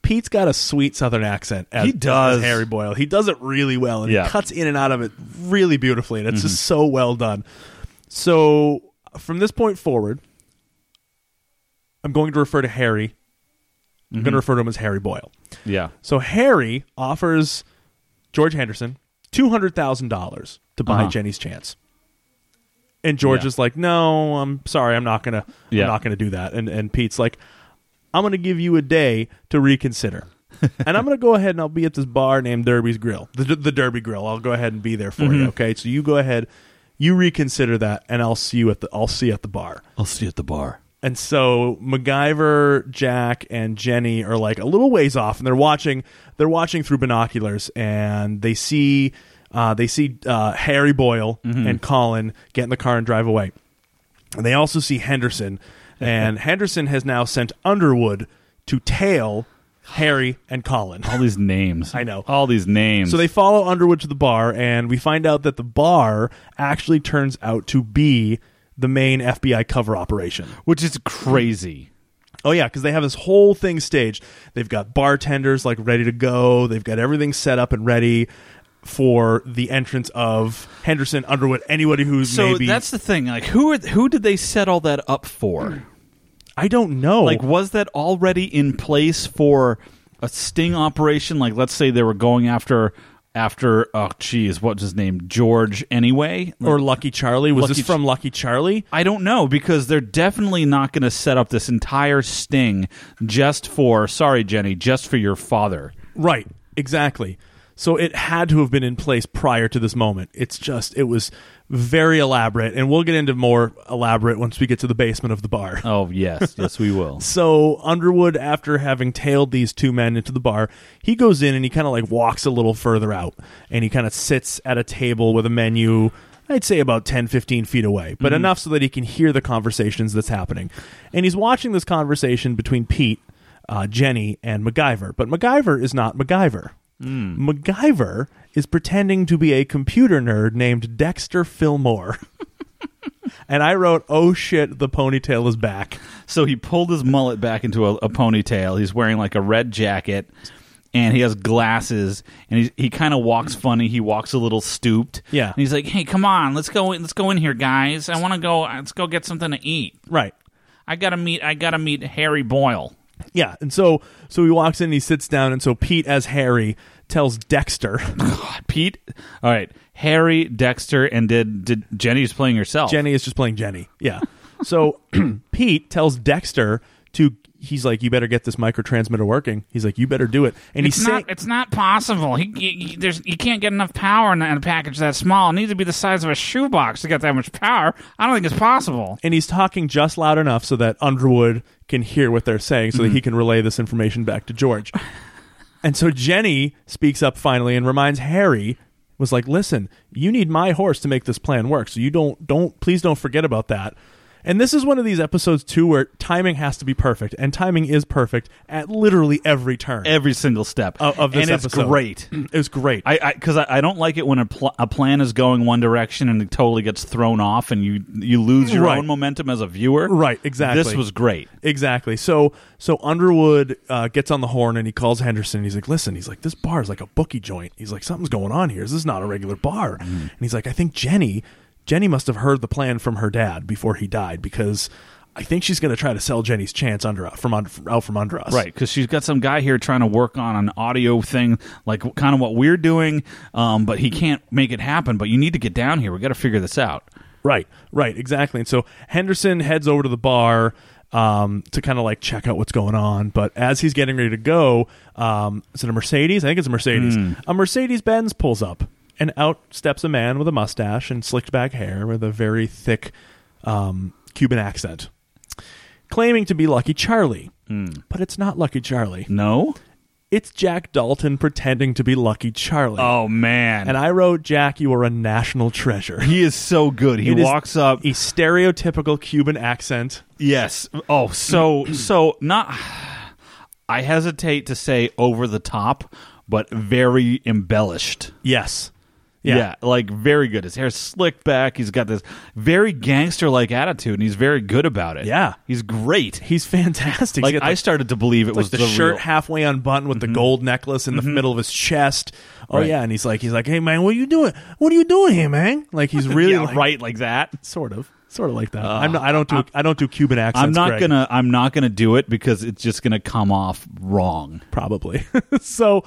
Speaker 6: Pete's got a sweet southern accent as,
Speaker 7: He does.
Speaker 6: as Harry Boyle. He does it really well and
Speaker 7: Yeah. Mm-hmm.
Speaker 6: he cuts in and out of it really beautifully and it's just so well done. So from this point forward, I'm going to refer to Harry. I'm
Speaker 7: Mm-hmm.
Speaker 6: going to refer to him as Harry Boyle.
Speaker 7: yeah.
Speaker 6: So Harry offers George Henderson two hundred thousand dollars to buy
Speaker 7: Uh-huh.
Speaker 6: Jenny's chance, and George
Speaker 7: Yeah.
Speaker 6: is like, "No, I'm sorry, I'm not gonna,
Speaker 7: Yeah.
Speaker 6: I'm not gonna do that." And and Pete's like, "I'm gonna give you a day to reconsider." and I'm going to go ahead and I'll be at this bar named Derby's Grill, the, the Derby Grill. I'll go ahead and be there for
Speaker 7: Mm-hmm.
Speaker 6: you. Okay, so you go ahead, you reconsider that, and I'll see you at the I'll see you at the bar.
Speaker 7: I'll see you at the bar.
Speaker 6: And so MacGyver, Jack, and Jenny are like a little ways off, and they're watching. They're watching through binoculars, and they see uh, they see uh, Harry Boyle and Colin get in the car and drive away. And they also see Henderson, and Henderson has now sent Underwood to tail Harry, and Colin.
Speaker 7: All these names.
Speaker 6: I know.
Speaker 7: All these names.
Speaker 6: So they follow Underwood to the bar, and we find out that the bar actually turns out to be the main FBI cover operation.
Speaker 7: which is crazy.
Speaker 6: Oh yeah, because they have this whole thing staged. They've got bartenders like ready to go. They've got everything set up and ready for the entrance of Henderson, Underwood, anybody who's
Speaker 7: So
Speaker 6: maybe
Speaker 7: that's the thing. Like, who are, who did they set all that up for?
Speaker 6: I don't know.
Speaker 7: Like, was that already in place for a sting operation? Like, let's say they were going after after oh geez, what's his name, George? Anyway,
Speaker 6: or Lucky Charlie was
Speaker 7: Lucky
Speaker 6: this from Lucky Charlie?
Speaker 7: I don't know because they're definitely not going to set up this entire sting just for sorry, Jenny, just for your father.
Speaker 6: Right, exactly. So it had to have been in place prior to this moment. It's just it was very elaborate, and we'll get into more elaborate once we get to the basement of the bar.
Speaker 7: Oh yes, yes we will.
Speaker 6: So Underwood, after having tailed these two men into the bar, he goes in and he kind of like walks a little further out and he kind of sits at a table with a menu, I'd say about 10, 15 feet away, but enough so that he can hear the conversations that's happening. And he's watching this conversation between Pete, uh, Jenny, and MacGyver, but MacGyver is not MacGyver. MacGyver is pretending to be a computer nerd named Dexter Fillmore. and I wrote, oh shit, the ponytail is back.
Speaker 7: So he pulled his mullet back into a, a ponytail. He's wearing like a red jacket, and he has glasses. And he he kind of walks funny. He walks a little stooped.
Speaker 6: Yeah.
Speaker 7: And he's like, "Hey, come on, let's go. in- Let's go in here, guys. I want to go. Let's go get something to eat.
Speaker 6: Right.
Speaker 7: I gotta meet. I gotta meet Harry Boyle.
Speaker 6: Yeah, and so so he walks in, and he sits down, and so Pete as Harry tells Dexter,
Speaker 7: God, Pete. All right, Harry, Dexter, and did did Jenny's playing herself?
Speaker 6: Jenny is just playing Jenny. Yeah, so Pete tells Dexter to he's like, you better get this microtransmitter working. He's like, you better do it, and
Speaker 9: It's
Speaker 6: he's
Speaker 9: not.
Speaker 6: saying,
Speaker 9: It's not possible. He, he, he- there's. You can't get enough power in a, in a package that small. It needs to be the size of a shoebox to get that much power. I don't think it's possible.
Speaker 6: and he's talking just loud enough so that Underwood can hear what they're saying, so that he can relay this information back to George. and so Jenny speaks up finally and reminds Harry was like, "Listen, you need my horse to make this plan work. So you don't don't please don't forget about that." And this is one of these episodes too where timing has to be perfect, and timing is perfect at literally every turn
Speaker 7: Every single step
Speaker 6: of, of this
Speaker 7: and it's
Speaker 6: episode.
Speaker 7: great.
Speaker 6: It was great.
Speaker 7: I because I, I, don't like it when a, pl- a plan is going one direction and it totally gets thrown off and you you lose your
Speaker 6: Right.
Speaker 7: own momentum as a viewer.
Speaker 6: Right, exactly.
Speaker 7: This was great.
Speaker 6: Exactly. So so Underwood uh, gets on the horn and he calls Henderson. He's like, "Listen," he's like, "This bar is like a bookie joint." He's like, "Something's going on here. This is not a regular bar." And he's like, "I think Jenny, Jenny must have heard the plan from her dad before he died because I think she's going to try to sell Jenny's chance under from under, out from under us."
Speaker 7: Right, because she's got some guy here trying to work on an audio thing, like kind of what we're doing, um, but he can't make it happen. But you need to get down here. We got to figure this out.
Speaker 6: Right, right, exactly. And so Henderson heads over to the bar um, to kind of like check out what's going on. But as he's getting ready to go, um, is it a Mercedes? I think it's a Mercedes. A Mercedes Benz pulls up, and out steps a man with a mustache and slicked back hair with a very thick um, Cuban accent, claiming to be Lucky Charlie. But it's not Lucky Charlie.
Speaker 7: No.
Speaker 6: It's Jack Dalton pretending to be Lucky Charlie.
Speaker 7: Oh man.
Speaker 6: And I wrote, Jack, you are a national treasure.
Speaker 7: he is so good. He
Speaker 6: It is
Speaker 7: walks up.
Speaker 6: a stereotypical Cuban accent.
Speaker 7: Yes. Oh, so so not. I hesitate to say over the top, but very embellished.
Speaker 6: Yes.
Speaker 7: Yeah. like very good. His hair's slicked back. He's got this very gangster-like attitude, and he's very good about it.
Speaker 6: Yeah.
Speaker 7: he's great.
Speaker 6: He's fantastic.
Speaker 7: Like
Speaker 6: He's got
Speaker 7: I
Speaker 6: the-
Speaker 7: started to believe it
Speaker 6: like
Speaker 7: was
Speaker 6: the, shirt
Speaker 7: real- Mm-hmm.
Speaker 6: halfway unbuttoned with the gold necklace in the middle of his chest. Oh
Speaker 7: Right.
Speaker 6: yeah, and he's like he's like, "Hey man, what are you doing? What are you doing here, man?" Like he's really
Speaker 7: yeah,
Speaker 6: like-
Speaker 7: right like that.
Speaker 6: sort of sort of like that. I'm not, I don't do I'm, I do not do Cuban accents.
Speaker 7: Uh, I'm not
Speaker 6: Greg.
Speaker 7: gonna. I'm not gonna do it because it's just gonna come off wrong.
Speaker 6: probably. so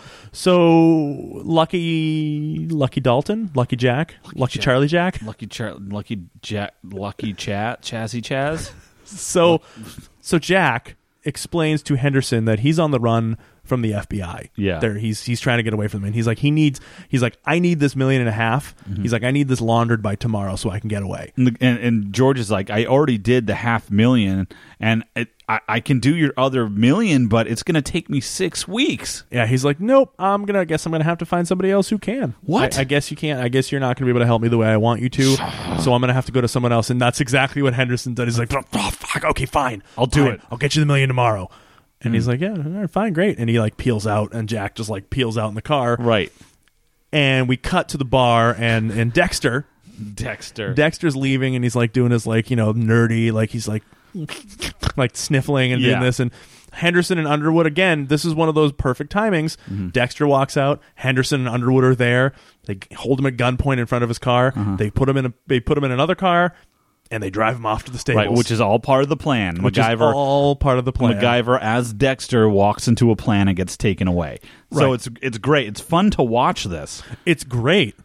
Speaker 6: so lucky lucky Dalton, lucky Jack, lucky, Charlie Jack.
Speaker 7: Lucky Char- Lucky Jack, Lucky Chat, Chazzy Chaz.
Speaker 6: So so Jack explains to Henderson that he's on the run from the FBI.
Speaker 7: Yeah.
Speaker 6: There he's he's trying to get away from them. And he's like, he needs he's like, I need this million and a half.
Speaker 7: Mm-hmm.
Speaker 6: He's like, I need this laundered by tomorrow so I can get away.
Speaker 7: And, the- and, and George is like, I already did the half million, and it, I, I can do your other million, but it's going to take me six weeks.
Speaker 6: Yeah, he's like, Nope, I'm gonna I guess I'm gonna have to find somebody else who can.
Speaker 7: What?
Speaker 6: I, I guess you can't. I guess you're not gonna be able to help me the way I want you to. so I'm gonna have to go to someone else. And that's exactly what Henderson did. He's like, Oh fuck, okay, fine.
Speaker 7: I'll do
Speaker 6: Fine.
Speaker 7: it. Mm.
Speaker 6: I'll get you the million tomorrow. And he's like, yeah, all right, fine, great. And he like peels out, and Jack just like peels out in the car.
Speaker 7: Right.
Speaker 6: And we cut to the bar, and and Dexter,
Speaker 7: Dexter.
Speaker 6: Dexter's leaving, and he's like doing his like you know nerdy, like he's like like sniffling and
Speaker 7: Yeah.
Speaker 6: doing this, and Henderson and Underwood again. This is one of those perfect timings.
Speaker 7: Mm-hmm.
Speaker 6: Dexter walks out. Henderson and Underwood are there. They hold him at gunpoint in front of his car.
Speaker 7: Uh-huh.
Speaker 6: They put him in a they put him in another car, and they drive him off to the stables.
Speaker 7: right, which is all part of the plan.
Speaker 6: which is
Speaker 7: MacGyver
Speaker 6: all part of the plan.
Speaker 7: MacGyver as Dexter walks into a plan and gets taken away. So
Speaker 6: Right.
Speaker 7: it's it's great. It's fun to watch this.
Speaker 6: It's great.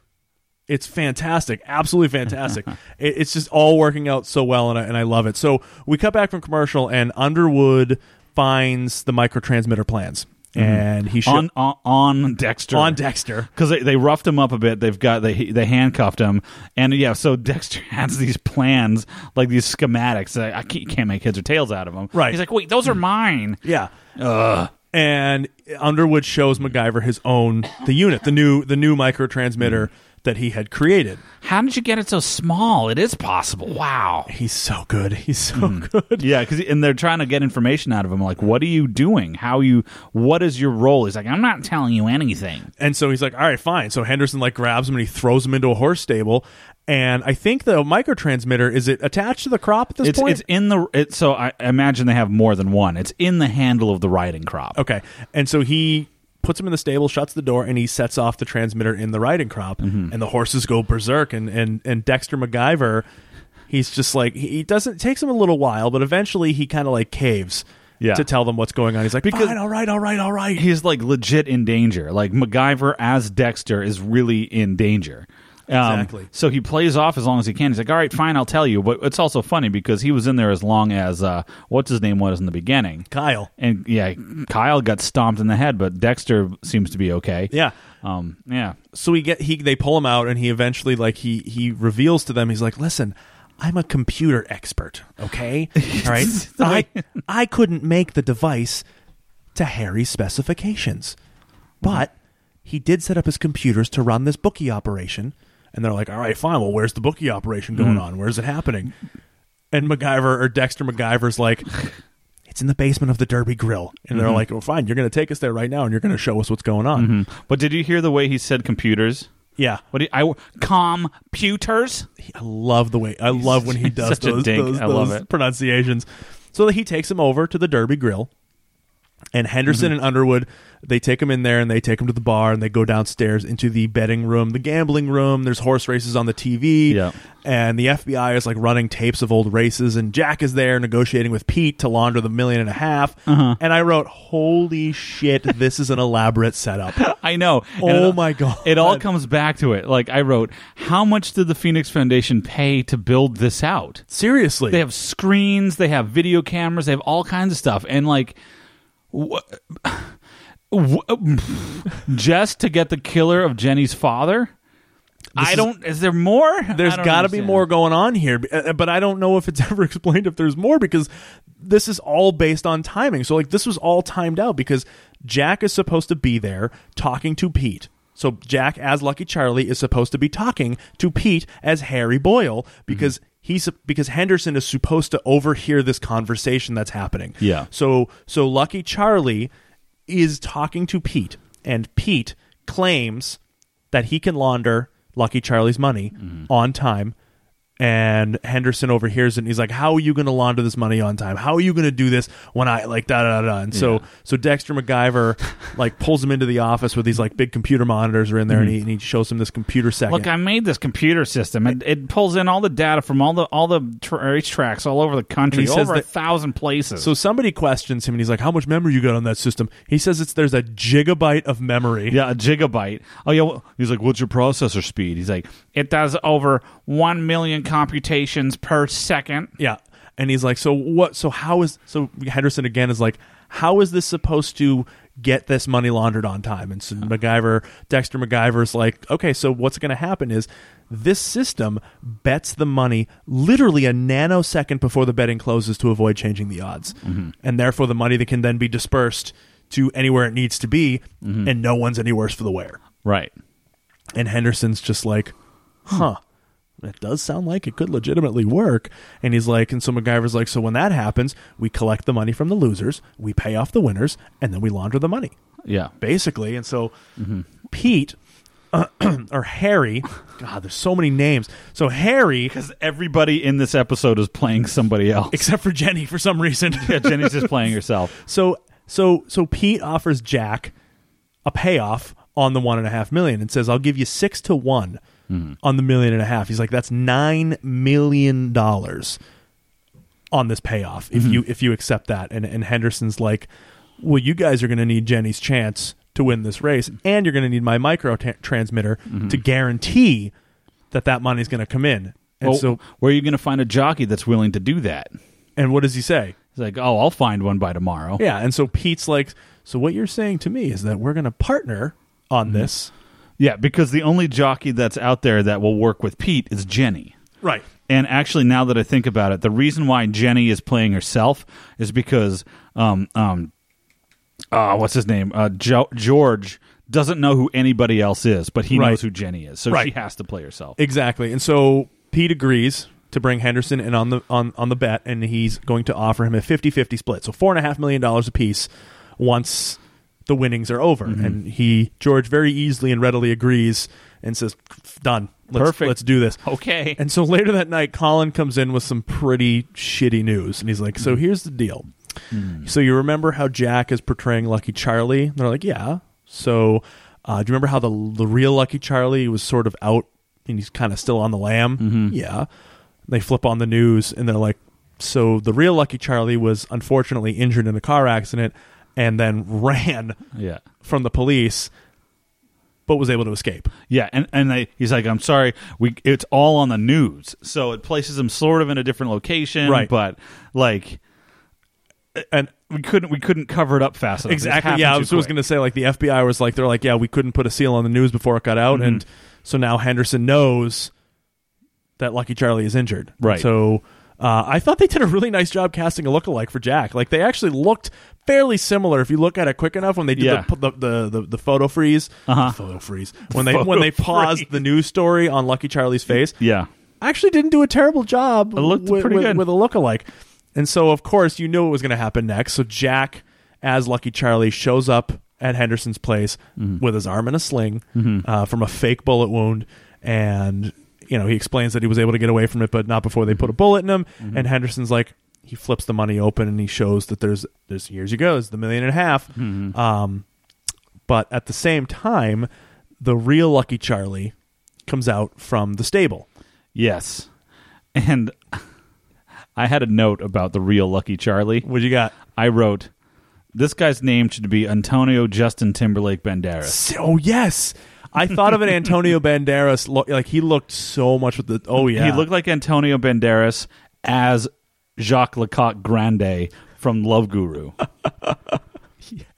Speaker 6: It's fantastic. Absolutely fantastic. it, it's just all working out so well, and I, and I love it. So we cut back from commercial, and Underwood finds the microtransmitter plans, and he sho-
Speaker 7: Mm-hmm. on, on on Dexter
Speaker 6: on Dexter.
Speaker 7: because they, they roughed him up a bit. They've got they they handcuffed him, and yeah. So Dexter has these plans, like these schematics. That I can't, can't make heads or tails out of them.
Speaker 6: Right.
Speaker 7: He's like, wait, those are mine.
Speaker 6: Yeah. And Underwood shows MacGyver his own the unit, the new the new
Speaker 7: Mm.
Speaker 6: microtransmitter that he had created.
Speaker 9: How did you get it so small? It is possible. Wow.
Speaker 6: He's so good. He's so
Speaker 7: Mm.
Speaker 6: good.
Speaker 7: Yeah, because and they're trying to get information out of him. Like, what are you doing? How you? What is your role? He's like, I'm not telling you anything.
Speaker 6: And so he's like, all right, fine. So Henderson like grabs him and he throws him into a horse stable. And I think the microtransmitter is it attached to the crop at this
Speaker 7: It's
Speaker 6: point?
Speaker 7: it's in the it, so I imagine they have more than one. It's in the handle of the riding crop.
Speaker 6: okay. And so he puts him in the stable, shuts the door, and he sets off the transmitter in the riding crop.
Speaker 7: Mm-hmm.
Speaker 6: And the horses go berserk. And and and Dexter MacGyver, he's just like he he doesn't. It takes him a little while, but eventually he kind of like caves.
Speaker 7: Yeah.
Speaker 6: To tell them what's going on, he's like,
Speaker 7: Because-
Speaker 6: "Fine, all right, all right, all right."
Speaker 7: he's like legit in danger. Like MacGyver as Dexter is really in danger. Um,
Speaker 6: Exactly.
Speaker 7: So he plays off as long as he can. He's like, all right, fine, I'll tell you. But it's also funny because he was in there as long as uh, what's his name was in the beginning.
Speaker 6: Kyle,
Speaker 7: And yeah, Kyle got stomped in the head, but Dexter seems to be okay.
Speaker 6: yeah.
Speaker 7: Um. Yeah.
Speaker 6: so we get he they pull him out and he eventually like he he reveals to them he's like listen i'm a computer expert okay all right i i couldn't make the device to harry's specifications but he did set up his computers to run this bookie operation and they're like all right fine well where's the bookie operation going on where's it happening and MacGyver or Dexter MacGyver's like, it's in the basement of the Derby Grill, and they're like, "Well, fine, you're going to take us there right now, and you're going to show us what's going on."
Speaker 7: But did you hear the way he said computers?
Speaker 6: Yeah,
Speaker 7: What do you, I computers?
Speaker 6: I love the way I love when he does
Speaker 7: such a
Speaker 6: those,
Speaker 7: dink.
Speaker 6: those-
Speaker 7: I love
Speaker 6: those
Speaker 7: it.
Speaker 6: pronunciations. So that he takes him over to the Derby Grill, and Henderson
Speaker 7: Mm-hmm.
Speaker 6: and Underwood they take him in there and they take him to the bar and they go downstairs into the betting room, the gambling room. There's horse races on the TV,
Speaker 7: Yeah.
Speaker 6: and the FBI is like running tapes of old races, and Jack is there negotiating with Pete to launder the million and a half.
Speaker 7: Uh-huh.
Speaker 6: And I wrote, "Holy shit, this is an elaborate setup."
Speaker 7: I know.
Speaker 6: Oh
Speaker 7: And it-
Speaker 6: my God.
Speaker 7: It all comes back to it. Like I wrote, how much did the Phoenix Foundation pay to build this out?
Speaker 6: Seriously,
Speaker 7: They have screens, they have video cameras, they have all kinds of stuff, and like, wha- wha- just to get the killer of Jenny's father. I
Speaker 6: is-
Speaker 7: don't. Is there more?
Speaker 6: there's got to be more going on here b- uh, but i don't know if it's ever explained if there's more because this is all based on timing so like this was all timed out because jack is supposed to be there talking to pete so jack as lucky charlie is supposed to be talking to pete as harry boyle because he's because henderson is supposed to overhear this conversation that's happening
Speaker 7: Yeah.
Speaker 6: so so lucky charlie is talking to pete and pete claims that he can launder Lucky Charlie's money
Speaker 7: Mm-hmm.
Speaker 6: on time. And Henderson overhears it and he's like, How are you gonna launder this money on time? How are you gonna do this when I like da da da da and so so Dexter MacGyver like pulls him into the office where these like big computer monitors are in there and, he, and he shows him this computer second.
Speaker 7: Mm-hmm. Look, I made this computer system. It, it pulls in all the data from all the all the tra- tracks all over the country,
Speaker 6: And he says
Speaker 7: over a
Speaker 6: that-
Speaker 7: thousand places.
Speaker 6: so somebody questions him and he's like, How much memory you got on that system? He says it's there's a gigabyte of memory.
Speaker 7: Yeah, a gigabyte. Oh yeah. wh- He's like, "What's your processor speed?" He's like, "It does over one million computations per second.
Speaker 6: Yeah. And he's like, so what? So how is so Henderson again is like, how is this supposed to get this money laundered on time? And so MacGyver, Dexter MacGyver's like, okay, so what's going to happen is this system bets the money literally a nanosecond before the betting closes to avoid changing the odds, and therefore the money that can then be dispersed to anywhere it needs to be, and no one's any worse for the wear.
Speaker 7: Right.
Speaker 6: And Henderson's just like, huh, That does sound like it could legitimately work. And he's like, and so MacGyver's like, so when that happens, we collect the money from the losers, we pay off the winners, and then we launder the money,
Speaker 7: Yeah.
Speaker 6: basically. And so Pete or Harry, God, there's so many names. So Harry,
Speaker 7: Because everybody in this episode is playing somebody else.
Speaker 6: except for Jenny for some reason.
Speaker 7: yeah, Jenny's just playing herself.
Speaker 6: So so so Pete offers Jack a payoff on the one and a half million and says, I'll give you six to one on the million and a half. He's like, That's nine million dollars on this payoff if you if you accept that. And and Henderson's like, Well, you guys are gonna need Jenny's chance to win this race, and you're gonna need my micro ta- transmitter to guarantee that that money's gonna come in. And
Speaker 7: Well,
Speaker 6: so
Speaker 7: Oh, where are you going to find a jockey that's willing to do that?
Speaker 6: and what does he say?
Speaker 7: He's like, oh, I'll find one by tomorrow.
Speaker 6: Yeah, and so Pete's like, so what you're saying to me is that we're going to partner on this,
Speaker 7: Yeah, because the only jockey that's out there that will work with Pete is Jenny.
Speaker 6: right?
Speaker 7: And actually, now that I think about it, the reason why Jenny is playing herself is because, um, um, uh, what's his name? Uh, jo- George doesn't know who anybody else is, but he
Speaker 6: Right.
Speaker 7: knows who Jenny is, so she
Speaker 6: Right.
Speaker 7: has to play herself.
Speaker 6: Exactly. And so Pete agrees to bring Henderson in on the on on the bet, and he's going to offer him a 50-50 split, so four and a half million dollars apiece once the winnings are over. And he George very easily and readily agrees and says, "Done. Let's,
Speaker 7: Perfect.
Speaker 6: Let's do this."
Speaker 7: okay.
Speaker 6: And so later that night, Colin comes in with some pretty shitty news, and he's like, "So here's the deal. So you remember how Jack is portraying Lucky Charlie? And they're like, "Yeah." So uh, do you remember how the the real Lucky Charlie was sort of out and he's kind of still on the lam? Yeah. They flip on the news and they're like, "So the real Lucky Charlie was unfortunately injured in a car accident and then ran
Speaker 7: yeah.
Speaker 6: from the police, but was able to escape."
Speaker 7: Yeah, and and they, he's like, "I'm sorry, we it's all on the news." So it places him sort of in a different location,
Speaker 6: Right.
Speaker 7: But like,
Speaker 6: And
Speaker 7: we couldn't we couldn't cover it up fast enough. It
Speaker 6: Exactly.
Speaker 7: happened
Speaker 6: Yeah, I
Speaker 7: too
Speaker 6: was, was
Speaker 7: quick.
Speaker 6: going to say like the FBI was like they're like yeah we couldn't put a seal on the news before it got out and
Speaker 7: Mm-hmm.
Speaker 6: so now Henderson knows that Lucky Charlie is injured.
Speaker 7: Right.
Speaker 6: So uh, I thought they did a really nice job casting a lookalike for Jack. Like they actually looked fairly similar if you look at it quick enough when they did
Speaker 7: Yeah. Uh-huh.
Speaker 6: the, the, the the the photo freeze. The photo freeze when they when they
Speaker 7: photo
Speaker 6: paused the news story on Lucky Charlie's face
Speaker 7: Yeah,
Speaker 6: actually didn't do a terrible job. It
Speaker 7: looked
Speaker 6: with,
Speaker 7: pretty
Speaker 6: with,
Speaker 7: good.
Speaker 6: with a lookalike. And so, of course, you knew what was going to happen next. So Jack, as Lucky Charlie, shows up at Henderson's place
Speaker 7: Mm-hmm.
Speaker 6: with his arm in a sling uh, from a fake bullet wound, and you know he explains that he was able to get away from it, but not before they put a bullet in him.
Speaker 7: Mm-hmm.
Speaker 6: And Henderson's like. He flips the money open and he shows that there's there's here's you go, it's the million and a half.
Speaker 7: Mm-hmm.
Speaker 6: Um, but at the same time, the real Lucky Charlie comes out from the stable.
Speaker 7: yes, and I had a note about the real Lucky Charlie.
Speaker 6: What you got?
Speaker 7: I wrote, "This guy's name should be Antonio Justin Timberlake Banderas."
Speaker 6: S- Oh yes, I thought of an Antonio Banderas. Lo- like he looked so much with the. Oh yeah,
Speaker 7: He looked like Antonio Banderas as Jacques Lecoq Grande from Love Guru.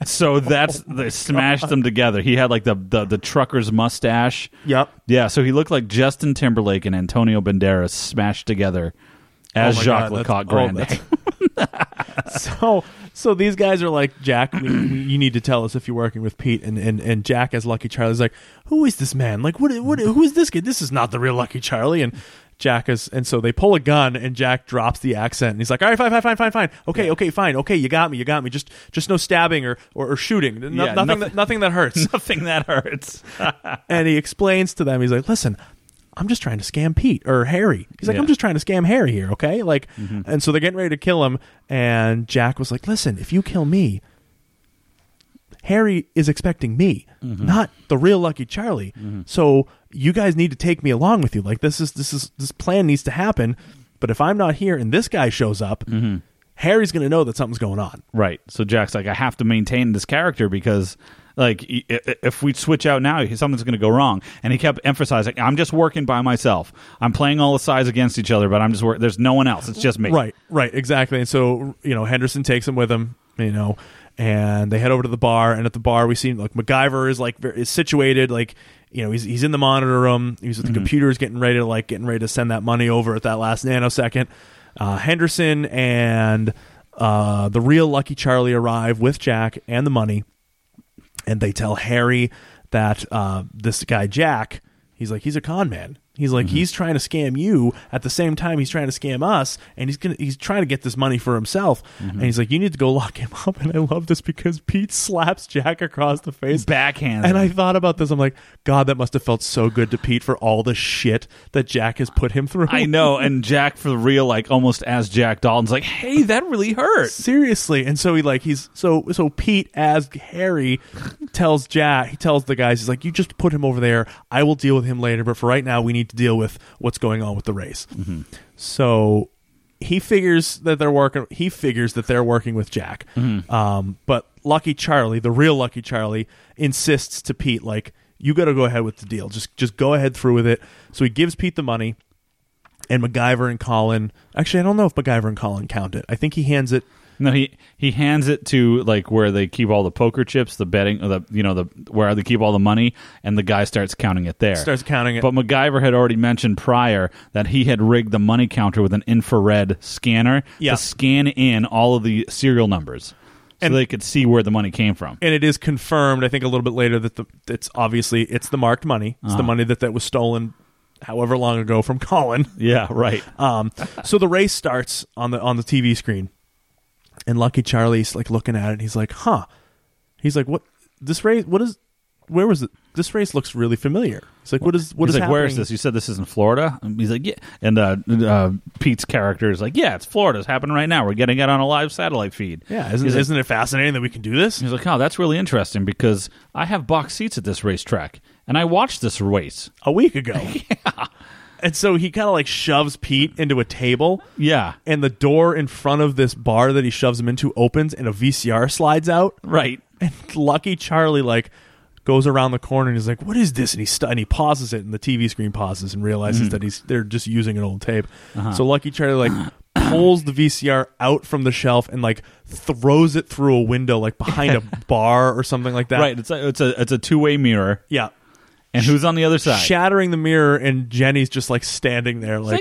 Speaker 7: So that's
Speaker 6: Oh
Speaker 7: they smashed them together. He had like the, the the trucker's mustache.
Speaker 6: Yep.
Speaker 7: Yeah, so he looked like Justin Timberlake and Antonio Banderas smashed together as
Speaker 6: my
Speaker 7: Jacques
Speaker 6: God, that's-
Speaker 7: Lecoq
Speaker 6: oh,
Speaker 7: Grande.
Speaker 6: that's- so so these guys are like Jack. We, we, you need to tell us if you're working with Pete and and, and Jack as Lucky Charlie's like, who is this man? Like what what who is this kid? This is not the real Lucky Charlie. And Jack is and so they pull a gun and Jack drops the accent and he's like, all right, fine, fine, fine, fine, fine. Okay, okay, fine. Okay, you got me, you got me. Just just no stabbing or or, or shooting. No, nothing,
Speaker 7: Yeah, nothing-
Speaker 6: that, nothing that hurts.
Speaker 7: Nothing that hurts.
Speaker 6: and he explains to them, he's like, listen, I'm just trying to scam Pete or Harry. He's like,
Speaker 7: Yeah.
Speaker 6: I'm just trying to scam Harry here, okay? Like, and so they're getting ready to kill him. And Jack was like, listen, if you kill me, Harry is expecting me, not the real Lucky Charlie. So you guys need to take me along with you. Like, this is this is this plan needs to happen. But if I'm not here and this guy shows up, Harry's going to know that something's going on.
Speaker 7: Right. So Jack's like, I have to maintain this character because, like, i- i- if we switch out now, something's going to go wrong. And he kept emphasizing, I'm just working by myself. I'm playing all the sides against each other, but I'm just working. There's no one else. It's just me.
Speaker 6: Right, right, exactly. And so you know, Henderson takes him with him. You know, and they head over to the bar. And at the bar, we see like MacGyver is like ver- is situated like. You know, he's, he's in the monitor room. He's with the computers, getting ready to like getting ready to send that money over at that last nanosecond. Uh, Henderson and uh, the real Lucky Charlie arrive with Jack and the money and they tell Harry that uh, this guy Jack, he's like he's a con man. He's like he's trying to scam you at the same time he's trying to scam us, and he's gonna he's trying to get this money for himself. And he's like, you need to go lock him up. And I love this because Pete slaps Jack across the face,
Speaker 7: Backhand.
Speaker 6: And I thought about this. I'm like, God, that must have felt so good to Pete for all the shit that Jack has put him through.
Speaker 7: I know. And Jack, for real, like almost as Jack Dalton's like, hey, that really hurt.
Speaker 6: seriously and so he like he's so so pete as harry tells jack he tells the guys he's like you just put him over there i will deal with him later but for right now we need to deal with what's going on with the race so he figures that they're working he figures that they're working with jack um, but lucky charlie the real lucky charlie insists to pete like you got to go ahead with the deal just just go ahead through with it so he gives pete the money and MacGyver and Colin. Actually, I don't know if MacGyver and Colin count it. I think he hands it
Speaker 7: No, he he hands it to like where they keep all the poker chips, the betting, or the you know the where they keep all the money, and the guy starts counting it there.
Speaker 6: Starts counting it.
Speaker 7: But MacGyver had already mentioned prior that he had rigged the money counter with an infrared scanner
Speaker 6: Yeah.
Speaker 7: to scan in all of the serial numbers, so they could see where the money came from.
Speaker 6: and it is confirmed. I think a little bit later that the it's obviously it's the marked money. It's
Speaker 7: Uh-huh.
Speaker 6: the money that that was stolen, however long ago from Colin.
Speaker 7: yeah, right.
Speaker 6: Um, so the race starts on the on the TV screen, and Lucky Charlie's like looking at it. And he's like, "Huh." He's like, "What? This race? What is? Where was it? This race looks really familiar." He's like, "What is? What
Speaker 7: he's
Speaker 6: is
Speaker 7: like, where is
Speaker 6: happening?"
Speaker 7: this? You said this is in Florida. And he's like, yeah. And uh, uh, Pete's character is like, yeah, it's Florida. It's happening right now. We're getting it on a live satellite feed.
Speaker 6: Yeah, isn't,
Speaker 7: He's like-
Speaker 6: isn't it fascinating that we can do this?
Speaker 7: He's like, oh, that's really interesting because I have box seats at this racetrack and I watched this race.
Speaker 6: A week ago. And so he kind of like shoves Pete into a table.
Speaker 7: Yeah.
Speaker 6: and the door in front of this bar that he shoves him into opens and a VCR slides out
Speaker 7: Right.
Speaker 6: and lucky Charlie like goes around the corner and he's like what is this and he stu- and he pauses it and the TV screen pauses and realizes that he's they're just using an old tape so lucky Charlie like pulls the VCR out from the shelf and like throws it through a window like behind a bar or something like that
Speaker 7: Right. It's a, it's a, it's a two way mirror.
Speaker 6: yeah
Speaker 7: And who's on the other side?
Speaker 6: shattering the mirror and Jenny's just like standing there like,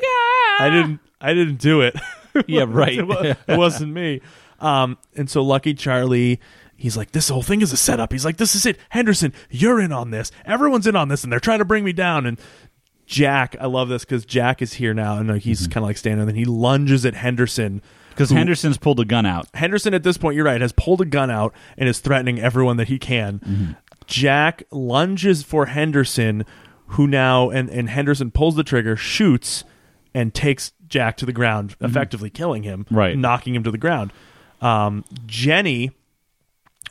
Speaker 6: I didn't I didn't do it.
Speaker 7: Yeah, right.
Speaker 6: it, wa- it wasn't me. Um and so lucky Charlie he's like this whole thing is a setup. He's like this is it. Henderson, you're in on this. Everyone's in on this and they're trying to bring me down and Jack, I love this cuz Jack is here now and uh, he's kind of like standing and he lunges at Henderson
Speaker 7: Because
Speaker 6: who-
Speaker 7: Henderson's pulled a gun out.
Speaker 6: Henderson at this point, you're right, has pulled a gun out and is threatening everyone that he can.
Speaker 7: Mm-hmm.
Speaker 6: Jack lunges for Henderson, who now and, and Henderson pulls the trigger, shoots, and takes Jack to the ground, effectively killing him,
Speaker 7: Mm-hmm. Right.
Speaker 6: knocking him to the ground. Um, Jenny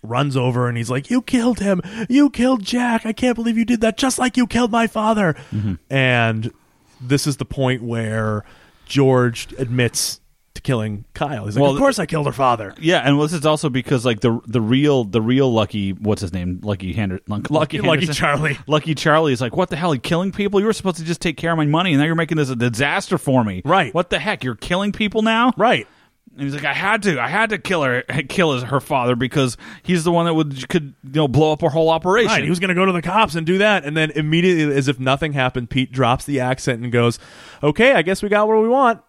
Speaker 6: runs over and he's like, "You killed him! You killed Jack! I can't believe you did that! Just like you killed my father!"
Speaker 7: Mm-hmm.
Speaker 6: And this is the point where George admits to killing Kyle. He's like,
Speaker 7: Well,
Speaker 6: "Of course, I killed her father."
Speaker 7: Yeah, and this is also because like the the real the real Lucky what's his name Lucky Hander, Lucky
Speaker 6: Lucky- Lucky
Speaker 7: Henderson-
Speaker 6: Charlie.
Speaker 7: Lucky Charlie is like what the hell? You killing people? You were supposed to just take care of my money, and now you're making this a disaster for me.
Speaker 6: Right.
Speaker 7: What the heck? You're killing people now.
Speaker 6: Right.
Speaker 7: And he's like, I had to, I had to kill her, kill his, her father because he's the one that would could you know blow up her whole operation.
Speaker 6: Right. He was going to go to the cops and do that. And then immediately, as if nothing happened, Pete drops the accent and goes, Okay, I guess we got what we want.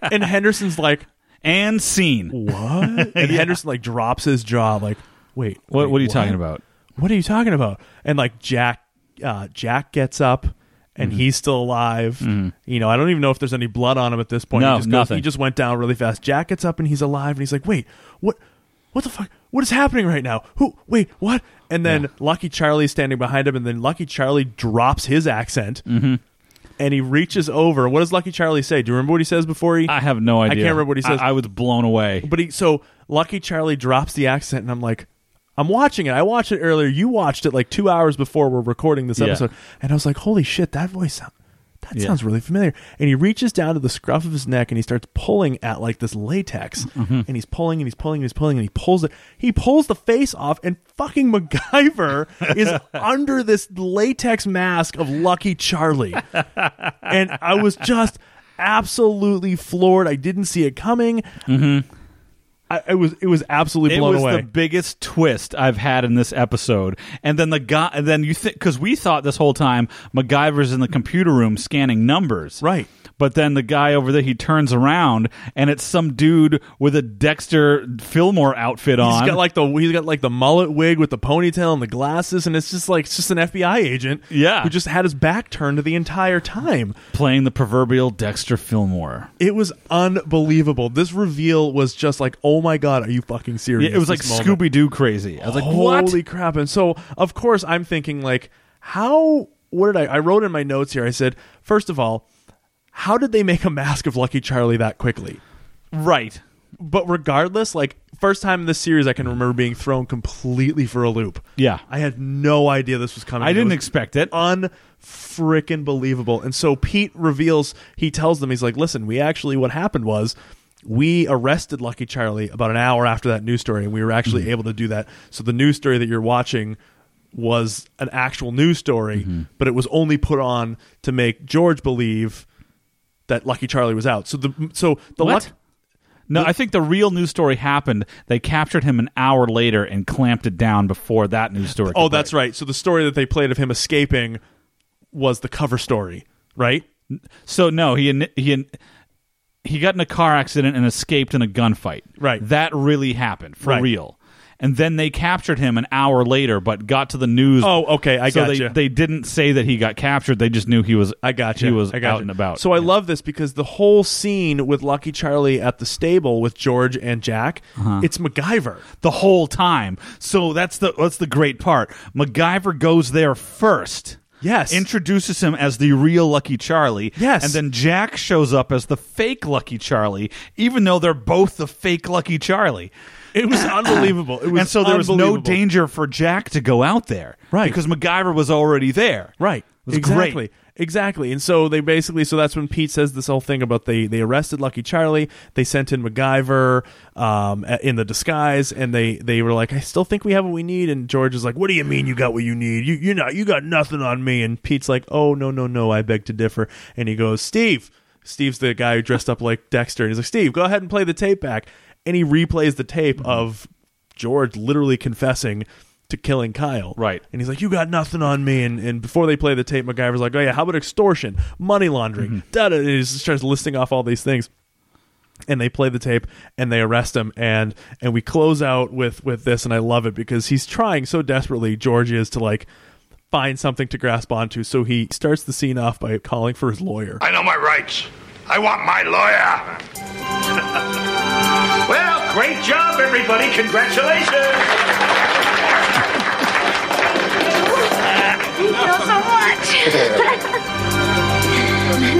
Speaker 6: and Henderson's like,
Speaker 7: and scene.
Speaker 6: What? And Henderson like drops his jaw, like, Wait.
Speaker 7: What
Speaker 6: wait,
Speaker 7: What are you talking about?
Speaker 6: What are you talking about? And like Jack, uh, Jack gets up.
Speaker 7: Mm-hmm.
Speaker 6: And he's still alive. You know, I don't even know if there's any blood on him at this point.
Speaker 7: No,
Speaker 6: he just goes-
Speaker 7: nothing.
Speaker 6: he just went down really fast. Jack gets up and he's alive. And he's like, "Wait, what? What the fuck? What is happening right now? Who? Wait, what?" And then Lucky Charlie's standing behind him. And then Lucky Charlie drops his accent,
Speaker 7: Mm-hmm.
Speaker 6: and he reaches over. What does Lucky Charlie say? Do you remember what he says before he?
Speaker 7: I have no idea.
Speaker 6: I can't remember what he says.
Speaker 7: I, I was blown away.
Speaker 6: But he so Lucky Charlie drops the accent, and I'm like, I'm watching it. I watched it earlier. You watched it like two hours before we're recording this
Speaker 7: Yeah.
Speaker 6: episode, and I was like, holy shit, that voice sound. That sounds really familiar. And he reaches down to the scruff of his neck and he starts pulling at like this latex. And he's pulling and he's pulling and he's pulling and he pulls it. He pulls the face off and fucking MacGyver is under this latex mask of Lucky Charlie and I was just absolutely floored. I didn't see it coming.
Speaker 7: Mm-hmm.
Speaker 6: I, it was it was absolutely
Speaker 7: it
Speaker 6: blown
Speaker 7: was
Speaker 6: away.
Speaker 7: the biggest twist I've had in this episode. And then the guy, and then you think because we thought this whole time MacGyver's in the computer room scanning numbers,
Speaker 6: Right.
Speaker 7: But then the guy over there, he turns around and it's some dude with a Dexter Fillmore outfit on.
Speaker 6: He's got like the he's got like the mullet wig with the ponytail and the glasses, and it's just like it's just an FBI agent.
Speaker 7: Yeah.
Speaker 6: who just had his back turned the entire time.
Speaker 7: playing the proverbial Dexter Fillmore.
Speaker 6: It was unbelievable. This reveal was just like, oh my god, are you fucking serious?
Speaker 7: it was like
Speaker 6: This moment.
Speaker 7: Scooby Doo crazy. I was like, what?
Speaker 6: Holy crap! And so, of course, I'm thinking like, how? What did I? I wrote in my notes here. I said, first of all, how did they make a mask of Lucky Charlie that quickly?
Speaker 7: Right.
Speaker 6: But regardless, like first time in this series, I can remember being thrown completely for a loop.
Speaker 7: Yeah.
Speaker 6: I had no idea this was coming.
Speaker 7: I didn't
Speaker 6: It was
Speaker 7: expect it.
Speaker 6: unfrickin' believable. And so Pete reveals, he tells them, he's like, listen, we actually, what happened was we arrested Lucky Charlie about an hour after that news story, and we were actually
Speaker 7: Mm-hmm.
Speaker 6: able to do that. So the news story that you're watching was an actual news story,
Speaker 7: Mm-hmm.
Speaker 6: but it was only put on to make George believe that Lucky Charlie was out. So the so the
Speaker 7: What?
Speaker 6: luck
Speaker 7: No, I think the real news story happened. They captured him an hour later and clamped it down before that news story.
Speaker 6: Oh, that's right. So the story that they played of him escaping was the cover story, right?
Speaker 7: So no, he in- he in- he got in a car accident and escaped in a gunfight.
Speaker 6: Right.
Speaker 7: That really happened for
Speaker 6: Right.
Speaker 7: real. And then they captured him an hour later, but got to the news.
Speaker 6: Oh, okay, I
Speaker 7: so
Speaker 6: gotcha.
Speaker 7: They, they didn't say that he got captured. They just knew he was.
Speaker 6: I got you.
Speaker 7: He was
Speaker 6: I got
Speaker 7: out and about.
Speaker 6: So I love this because the whole scene with Lucky Charlie at the stable with George and Jack, it's MacGyver.
Speaker 7: the whole time. So that's the that's the great part. MacGyver goes there first.
Speaker 6: Yes.
Speaker 7: Introduces him as the real Lucky Charlie.
Speaker 6: Yes.
Speaker 7: And then Jack shows up as the fake Lucky Charlie, even though they're both the fake Lucky Charlie.
Speaker 6: It was unbelievable. It was
Speaker 7: and so there was no
Speaker 6: unbelievable.
Speaker 7: danger for Jack to go out there.
Speaker 6: Right.
Speaker 7: Because MacGyver was already there.
Speaker 6: Right.
Speaker 7: It was
Speaker 6: exactly.
Speaker 7: great.
Speaker 6: Exactly. And so they basically so that's when Pete says this whole thing about they they arrested Lucky Charlie, they sent in MacGyver um, a- in the disguise, and they they were like, I still think we have what we need. And George is like, What do you mean you got what you need? You you not you got nothing on me. And Pete's like, Oh no no no, I beg to differ. And he goes, Steve. Steve's the guy who dressed up like Dexter, and he's like, Steve, go ahead and play the tape back. And he replays the tape of George literally confessing to killing Kyle.
Speaker 7: Right.
Speaker 6: And he's like, "You got nothing on me." And, and before they play the tape, MacGyver's like, "Oh yeah, how about extortion, money laundering?"
Speaker 7: Mm-hmm.
Speaker 6: Da da. And he just starts listing off all these things. And they play the tape, and they arrest him, and and we close out with with this, and I love it because he's trying so desperately, George is to like find something to grasp onto, so he starts the scene off by calling for his lawyer.
Speaker 2: I know my rights. I want my lawyer. well, great job, everybody. Congratulations.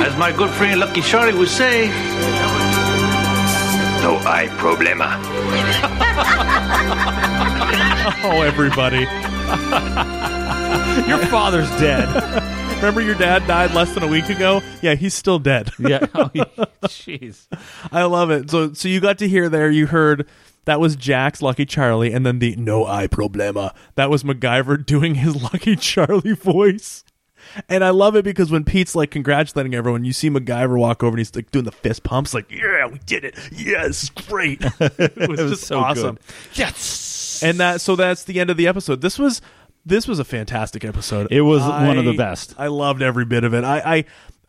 Speaker 5: As my good friend Lucky Charlie would say,
Speaker 2: No hay problema.
Speaker 6: Oh, everybody!
Speaker 7: Your father's dead.
Speaker 6: Remember your dad died less than a week ago? Yeah, he's still dead.
Speaker 7: yeah. Oh, he- Jeez.
Speaker 6: I love it. So so you got to hear there. You heard that was Jack's Lucky Charlie, and then the No I Problema. That was MacGyver doing his Lucky Charlie voice. And I love it because when Pete's like congratulating everyone, you see MacGyver walk over and he's like doing the fist pumps, like "Yeah, we did it! Yeah, this is great!" it was,
Speaker 7: was
Speaker 6: just
Speaker 7: so
Speaker 6: awesome. Yes. And that so that's the end of the episode. This was this was a fantastic episode.
Speaker 7: It was
Speaker 6: I-
Speaker 7: one of the best.
Speaker 6: I loved every bit of it. I I,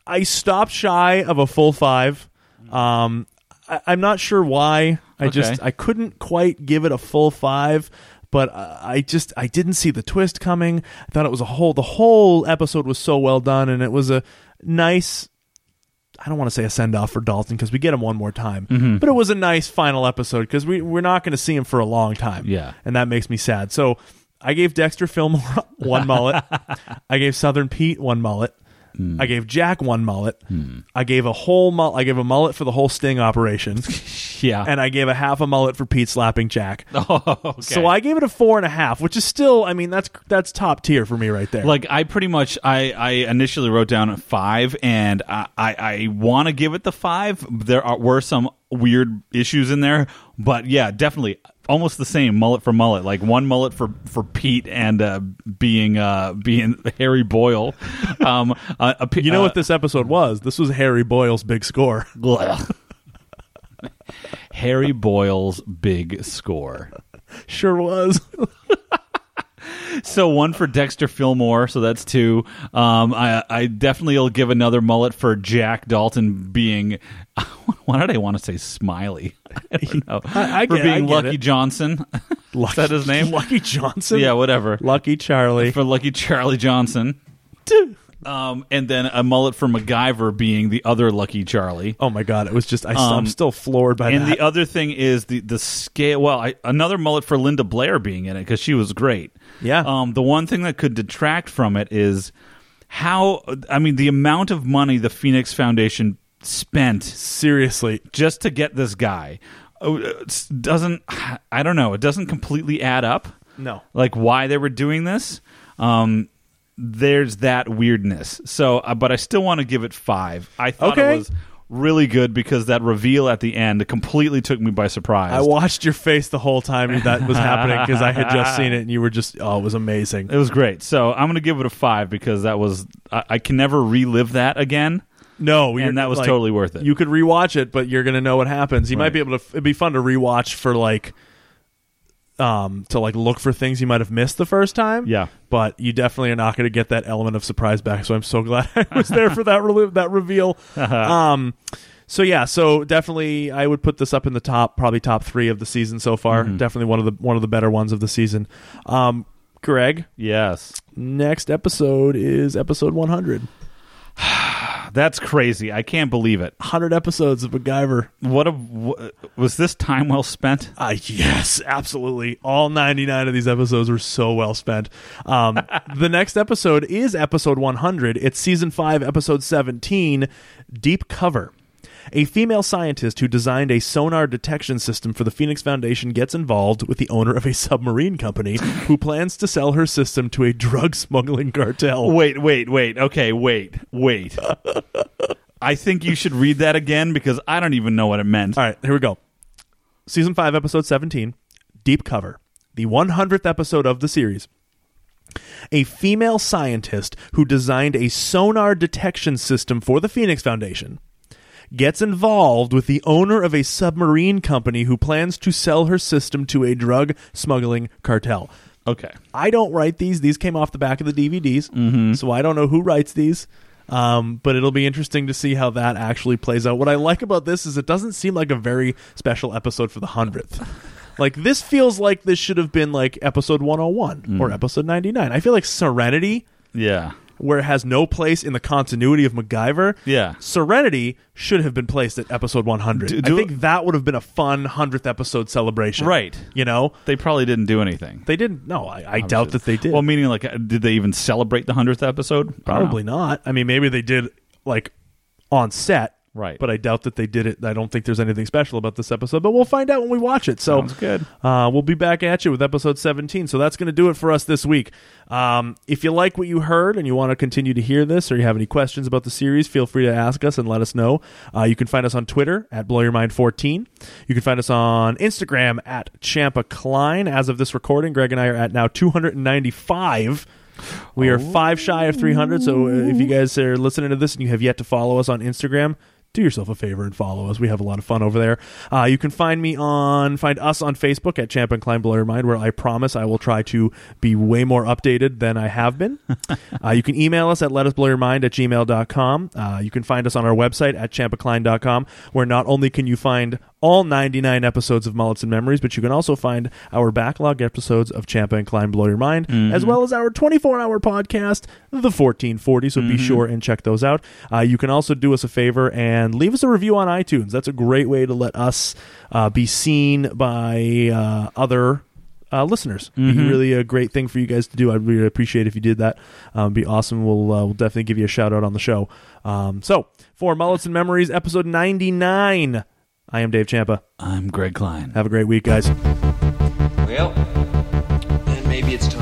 Speaker 6: I stopped shy of a full five. Um, I, I'm not sure why. I just
Speaker 7: Okay.
Speaker 6: I couldn't quite give it a full five. But I I just I didn't see the twist coming. I thought it was a whole the whole episode was so well done, and it was a nice. I don't want to say a send off for Dalton because we get him one more time,
Speaker 7: Mm-hmm.
Speaker 6: but it was a nice final episode because we we're not going to see him for a long time.
Speaker 7: Yeah.
Speaker 6: and that makes me sad. So I gave Dexter Fillmore one mullet. I gave Southern Pete one mullet.
Speaker 7: Mm.
Speaker 6: I gave Jack one mullet. I gave a whole mullet. I gave a mullet for the whole Sting operation,
Speaker 7: Yeah.
Speaker 6: and I gave a half a mullet for Pete slapping Jack.
Speaker 7: oh, okay.
Speaker 6: So I gave it a four and a half, which is still, I mean, that's that's top tier for me right there.
Speaker 7: like I pretty much I, I initially wrote down a five and I I, I want to give it the five. There are, were some weird issues in there, but yeah, definitely almost the same mullet for mullet. Like one mullet for for Pete and uh, being uh, being Harry Boyle. Um, uh, a,
Speaker 6: you know what this episode was? This was Harry Boyle's big score.
Speaker 7: the Harry Boyle's big score.
Speaker 6: sure was.
Speaker 7: so one for Dexter Fillmore, so that's two. Um, I I definitely will give another mullet for Jack Dalton being. Why did I want to say Smiley? I don't know.
Speaker 6: I- I
Speaker 7: for
Speaker 6: get it, I
Speaker 7: being
Speaker 6: get
Speaker 7: Lucky
Speaker 6: it.
Speaker 7: Johnson.
Speaker 6: Lucky,
Speaker 7: Is that his name?
Speaker 6: Lucky Johnson.
Speaker 7: yeah, whatever.
Speaker 6: Lucky Charlie.
Speaker 7: For Lucky Charlie Johnson. Um, and then a mullet for MacGyver being the other Lucky Charlie.
Speaker 6: Oh my god! It was just I, I'm
Speaker 7: Um,
Speaker 6: still floored by
Speaker 7: And
Speaker 6: that.
Speaker 7: the other thing is the the scale. Well, I, another mullet for Linda Blair being in it because she was great.
Speaker 6: Yeah.
Speaker 7: Um, the one thing that could detract from it is how I mean the amount of money the Phoenix Foundation spent
Speaker 6: Seriously,
Speaker 7: just to get this guy uh, it's- doesn't. I don't know. It doesn't completely add up.
Speaker 6: No.
Speaker 7: Like why they were doing this. Um, there's that weirdness. So, uh, but I still want to give it five. I thought
Speaker 6: Okay.
Speaker 7: it was really good because that reveal at the end completely took me by surprise.
Speaker 6: I watched your face the whole time that was happening because I had just seen it, and you were just oh, it was amazing.
Speaker 7: it was great. So I'm going to give it a five because that was I, I can never relive that again.
Speaker 6: No, you're-
Speaker 7: that was totally worth it.
Speaker 6: You could rewatch it, but you're gonna know what happens. You might
Speaker 7: Right.
Speaker 6: be able to. It'd be fun to rewatch for like, um, to like look for things you might have missed the first time.
Speaker 7: Yeah.
Speaker 6: but you definitely are not gonna get that element of surprise back. So I'm so glad I was there for that re- that reveal.
Speaker 7: Uh-huh.
Speaker 6: um, so yeah, so definitely I would put this up in the top, probably top three of the season so far.
Speaker 7: Mm-hmm.
Speaker 6: Definitely one of the one of the better ones of the season. Um, Greg,
Speaker 7: Yes.
Speaker 6: next episode is episode 100.
Speaker 7: That's crazy. I can't believe it.
Speaker 6: 100 episodes of MacGyver.
Speaker 7: What a wh- was this time well spent?
Speaker 6: Uh, yes, absolutely. All 99 of these episodes were so well spent. Um, the next episode is episode 100. It's season 5, episode 17 Deep Cover. A female scientist who designed a sonar detection system for the Phoenix Foundation gets involved with the owner of a submarine company who plans to sell her system to a drug smuggling cartel.
Speaker 7: Wait, wait, wait. Okay, wait, wait. I think you should read that again because I don't even know what it meant.
Speaker 6: All right, here we go. Season 5, episode 17 Deep Cover, the 100th episode of the series. A female scientist who designed a sonar detection system for the Phoenix Foundation gets involved with the owner of a submarine company who plans to sell her system to a drug smuggling cartel.
Speaker 7: Okay.
Speaker 6: I don't write these. These came off the back of the DVDs,
Speaker 7: Mm-hmm.
Speaker 6: so I don't know who writes these. Um, but it'll be interesting to see how that actually plays out. What I like about this is it doesn't seem like a very special episode for the hundredth. Like this feels like this should have been like episode one hundred and one
Speaker 7: Mm.
Speaker 6: or episode ninety nine. I feel like Serenity,
Speaker 7: Yeah.
Speaker 6: where it has no place in the continuity of MacGyver,
Speaker 7: Yeah.
Speaker 6: Serenity should have been placed at episode one hundred.
Speaker 7: Do-
Speaker 6: I
Speaker 7: do-
Speaker 6: think that would have been a fun hundredth episode celebration,
Speaker 7: Right.
Speaker 6: You know,
Speaker 7: They probably didn't do anything.
Speaker 6: they didn't. No, I, I doubt that they did.
Speaker 7: Well, meaning like, uh, did they even celebrate the hundredth episode? I don't know.
Speaker 6: Probably not. I mean, maybe they did like on set,
Speaker 7: Right.
Speaker 6: But I doubt that they did it. I don't think there's anything special about this episode, but we'll find out when we watch it. So
Speaker 7: Sounds good.
Speaker 6: Uh, we'll be back at you with episode 17. So that's going to do it for us this week. Um, if you like what you heard and you want to continue to hear this, or you have any questions about the series, feel free to ask us and let us know. Uh, you can find us on Twitter at blowyourmind14. You can find us on Instagram at Champa Klein. As of this recording, Greg and I are at now 295. We are five shy of 300. So uh, if you guys are listening to this and you have yet to follow us on Instagram, do yourself a favor and follow us. We have a lot of fun over there. Uh, you can find me on, find us on Facebook at Champ and Klein Blow Your Mind, where I promise I will try to be way more updated than I have been. uh, you can email us at letusblowyourmind at gmail.com. Uh, you can find us on our website at champacline.com, where not only can you find all 99 episodes of Mullets and Memories, but you can also find our backlog episodes of Champa and Klein Blow Your Mind, as well as our 24 hour podcast, The 1440. So be sure and check those out. Uh, you can also do us a favor and leave us a review on iTunes. That's a great way to let us uh, be seen by uh, other uh, listeners. Be really a great thing for you guys to do. I'd really appreciate if you did that. Um, be awesome. We'll uh, we'll definitely give you a shout out on the show. Um, so for Mullets and Memories, episode ninety nine. I am Dave Champa.
Speaker 7: I'm Greg Klein.
Speaker 6: Have a great week, guys.
Speaker 1: Well, then maybe it's time.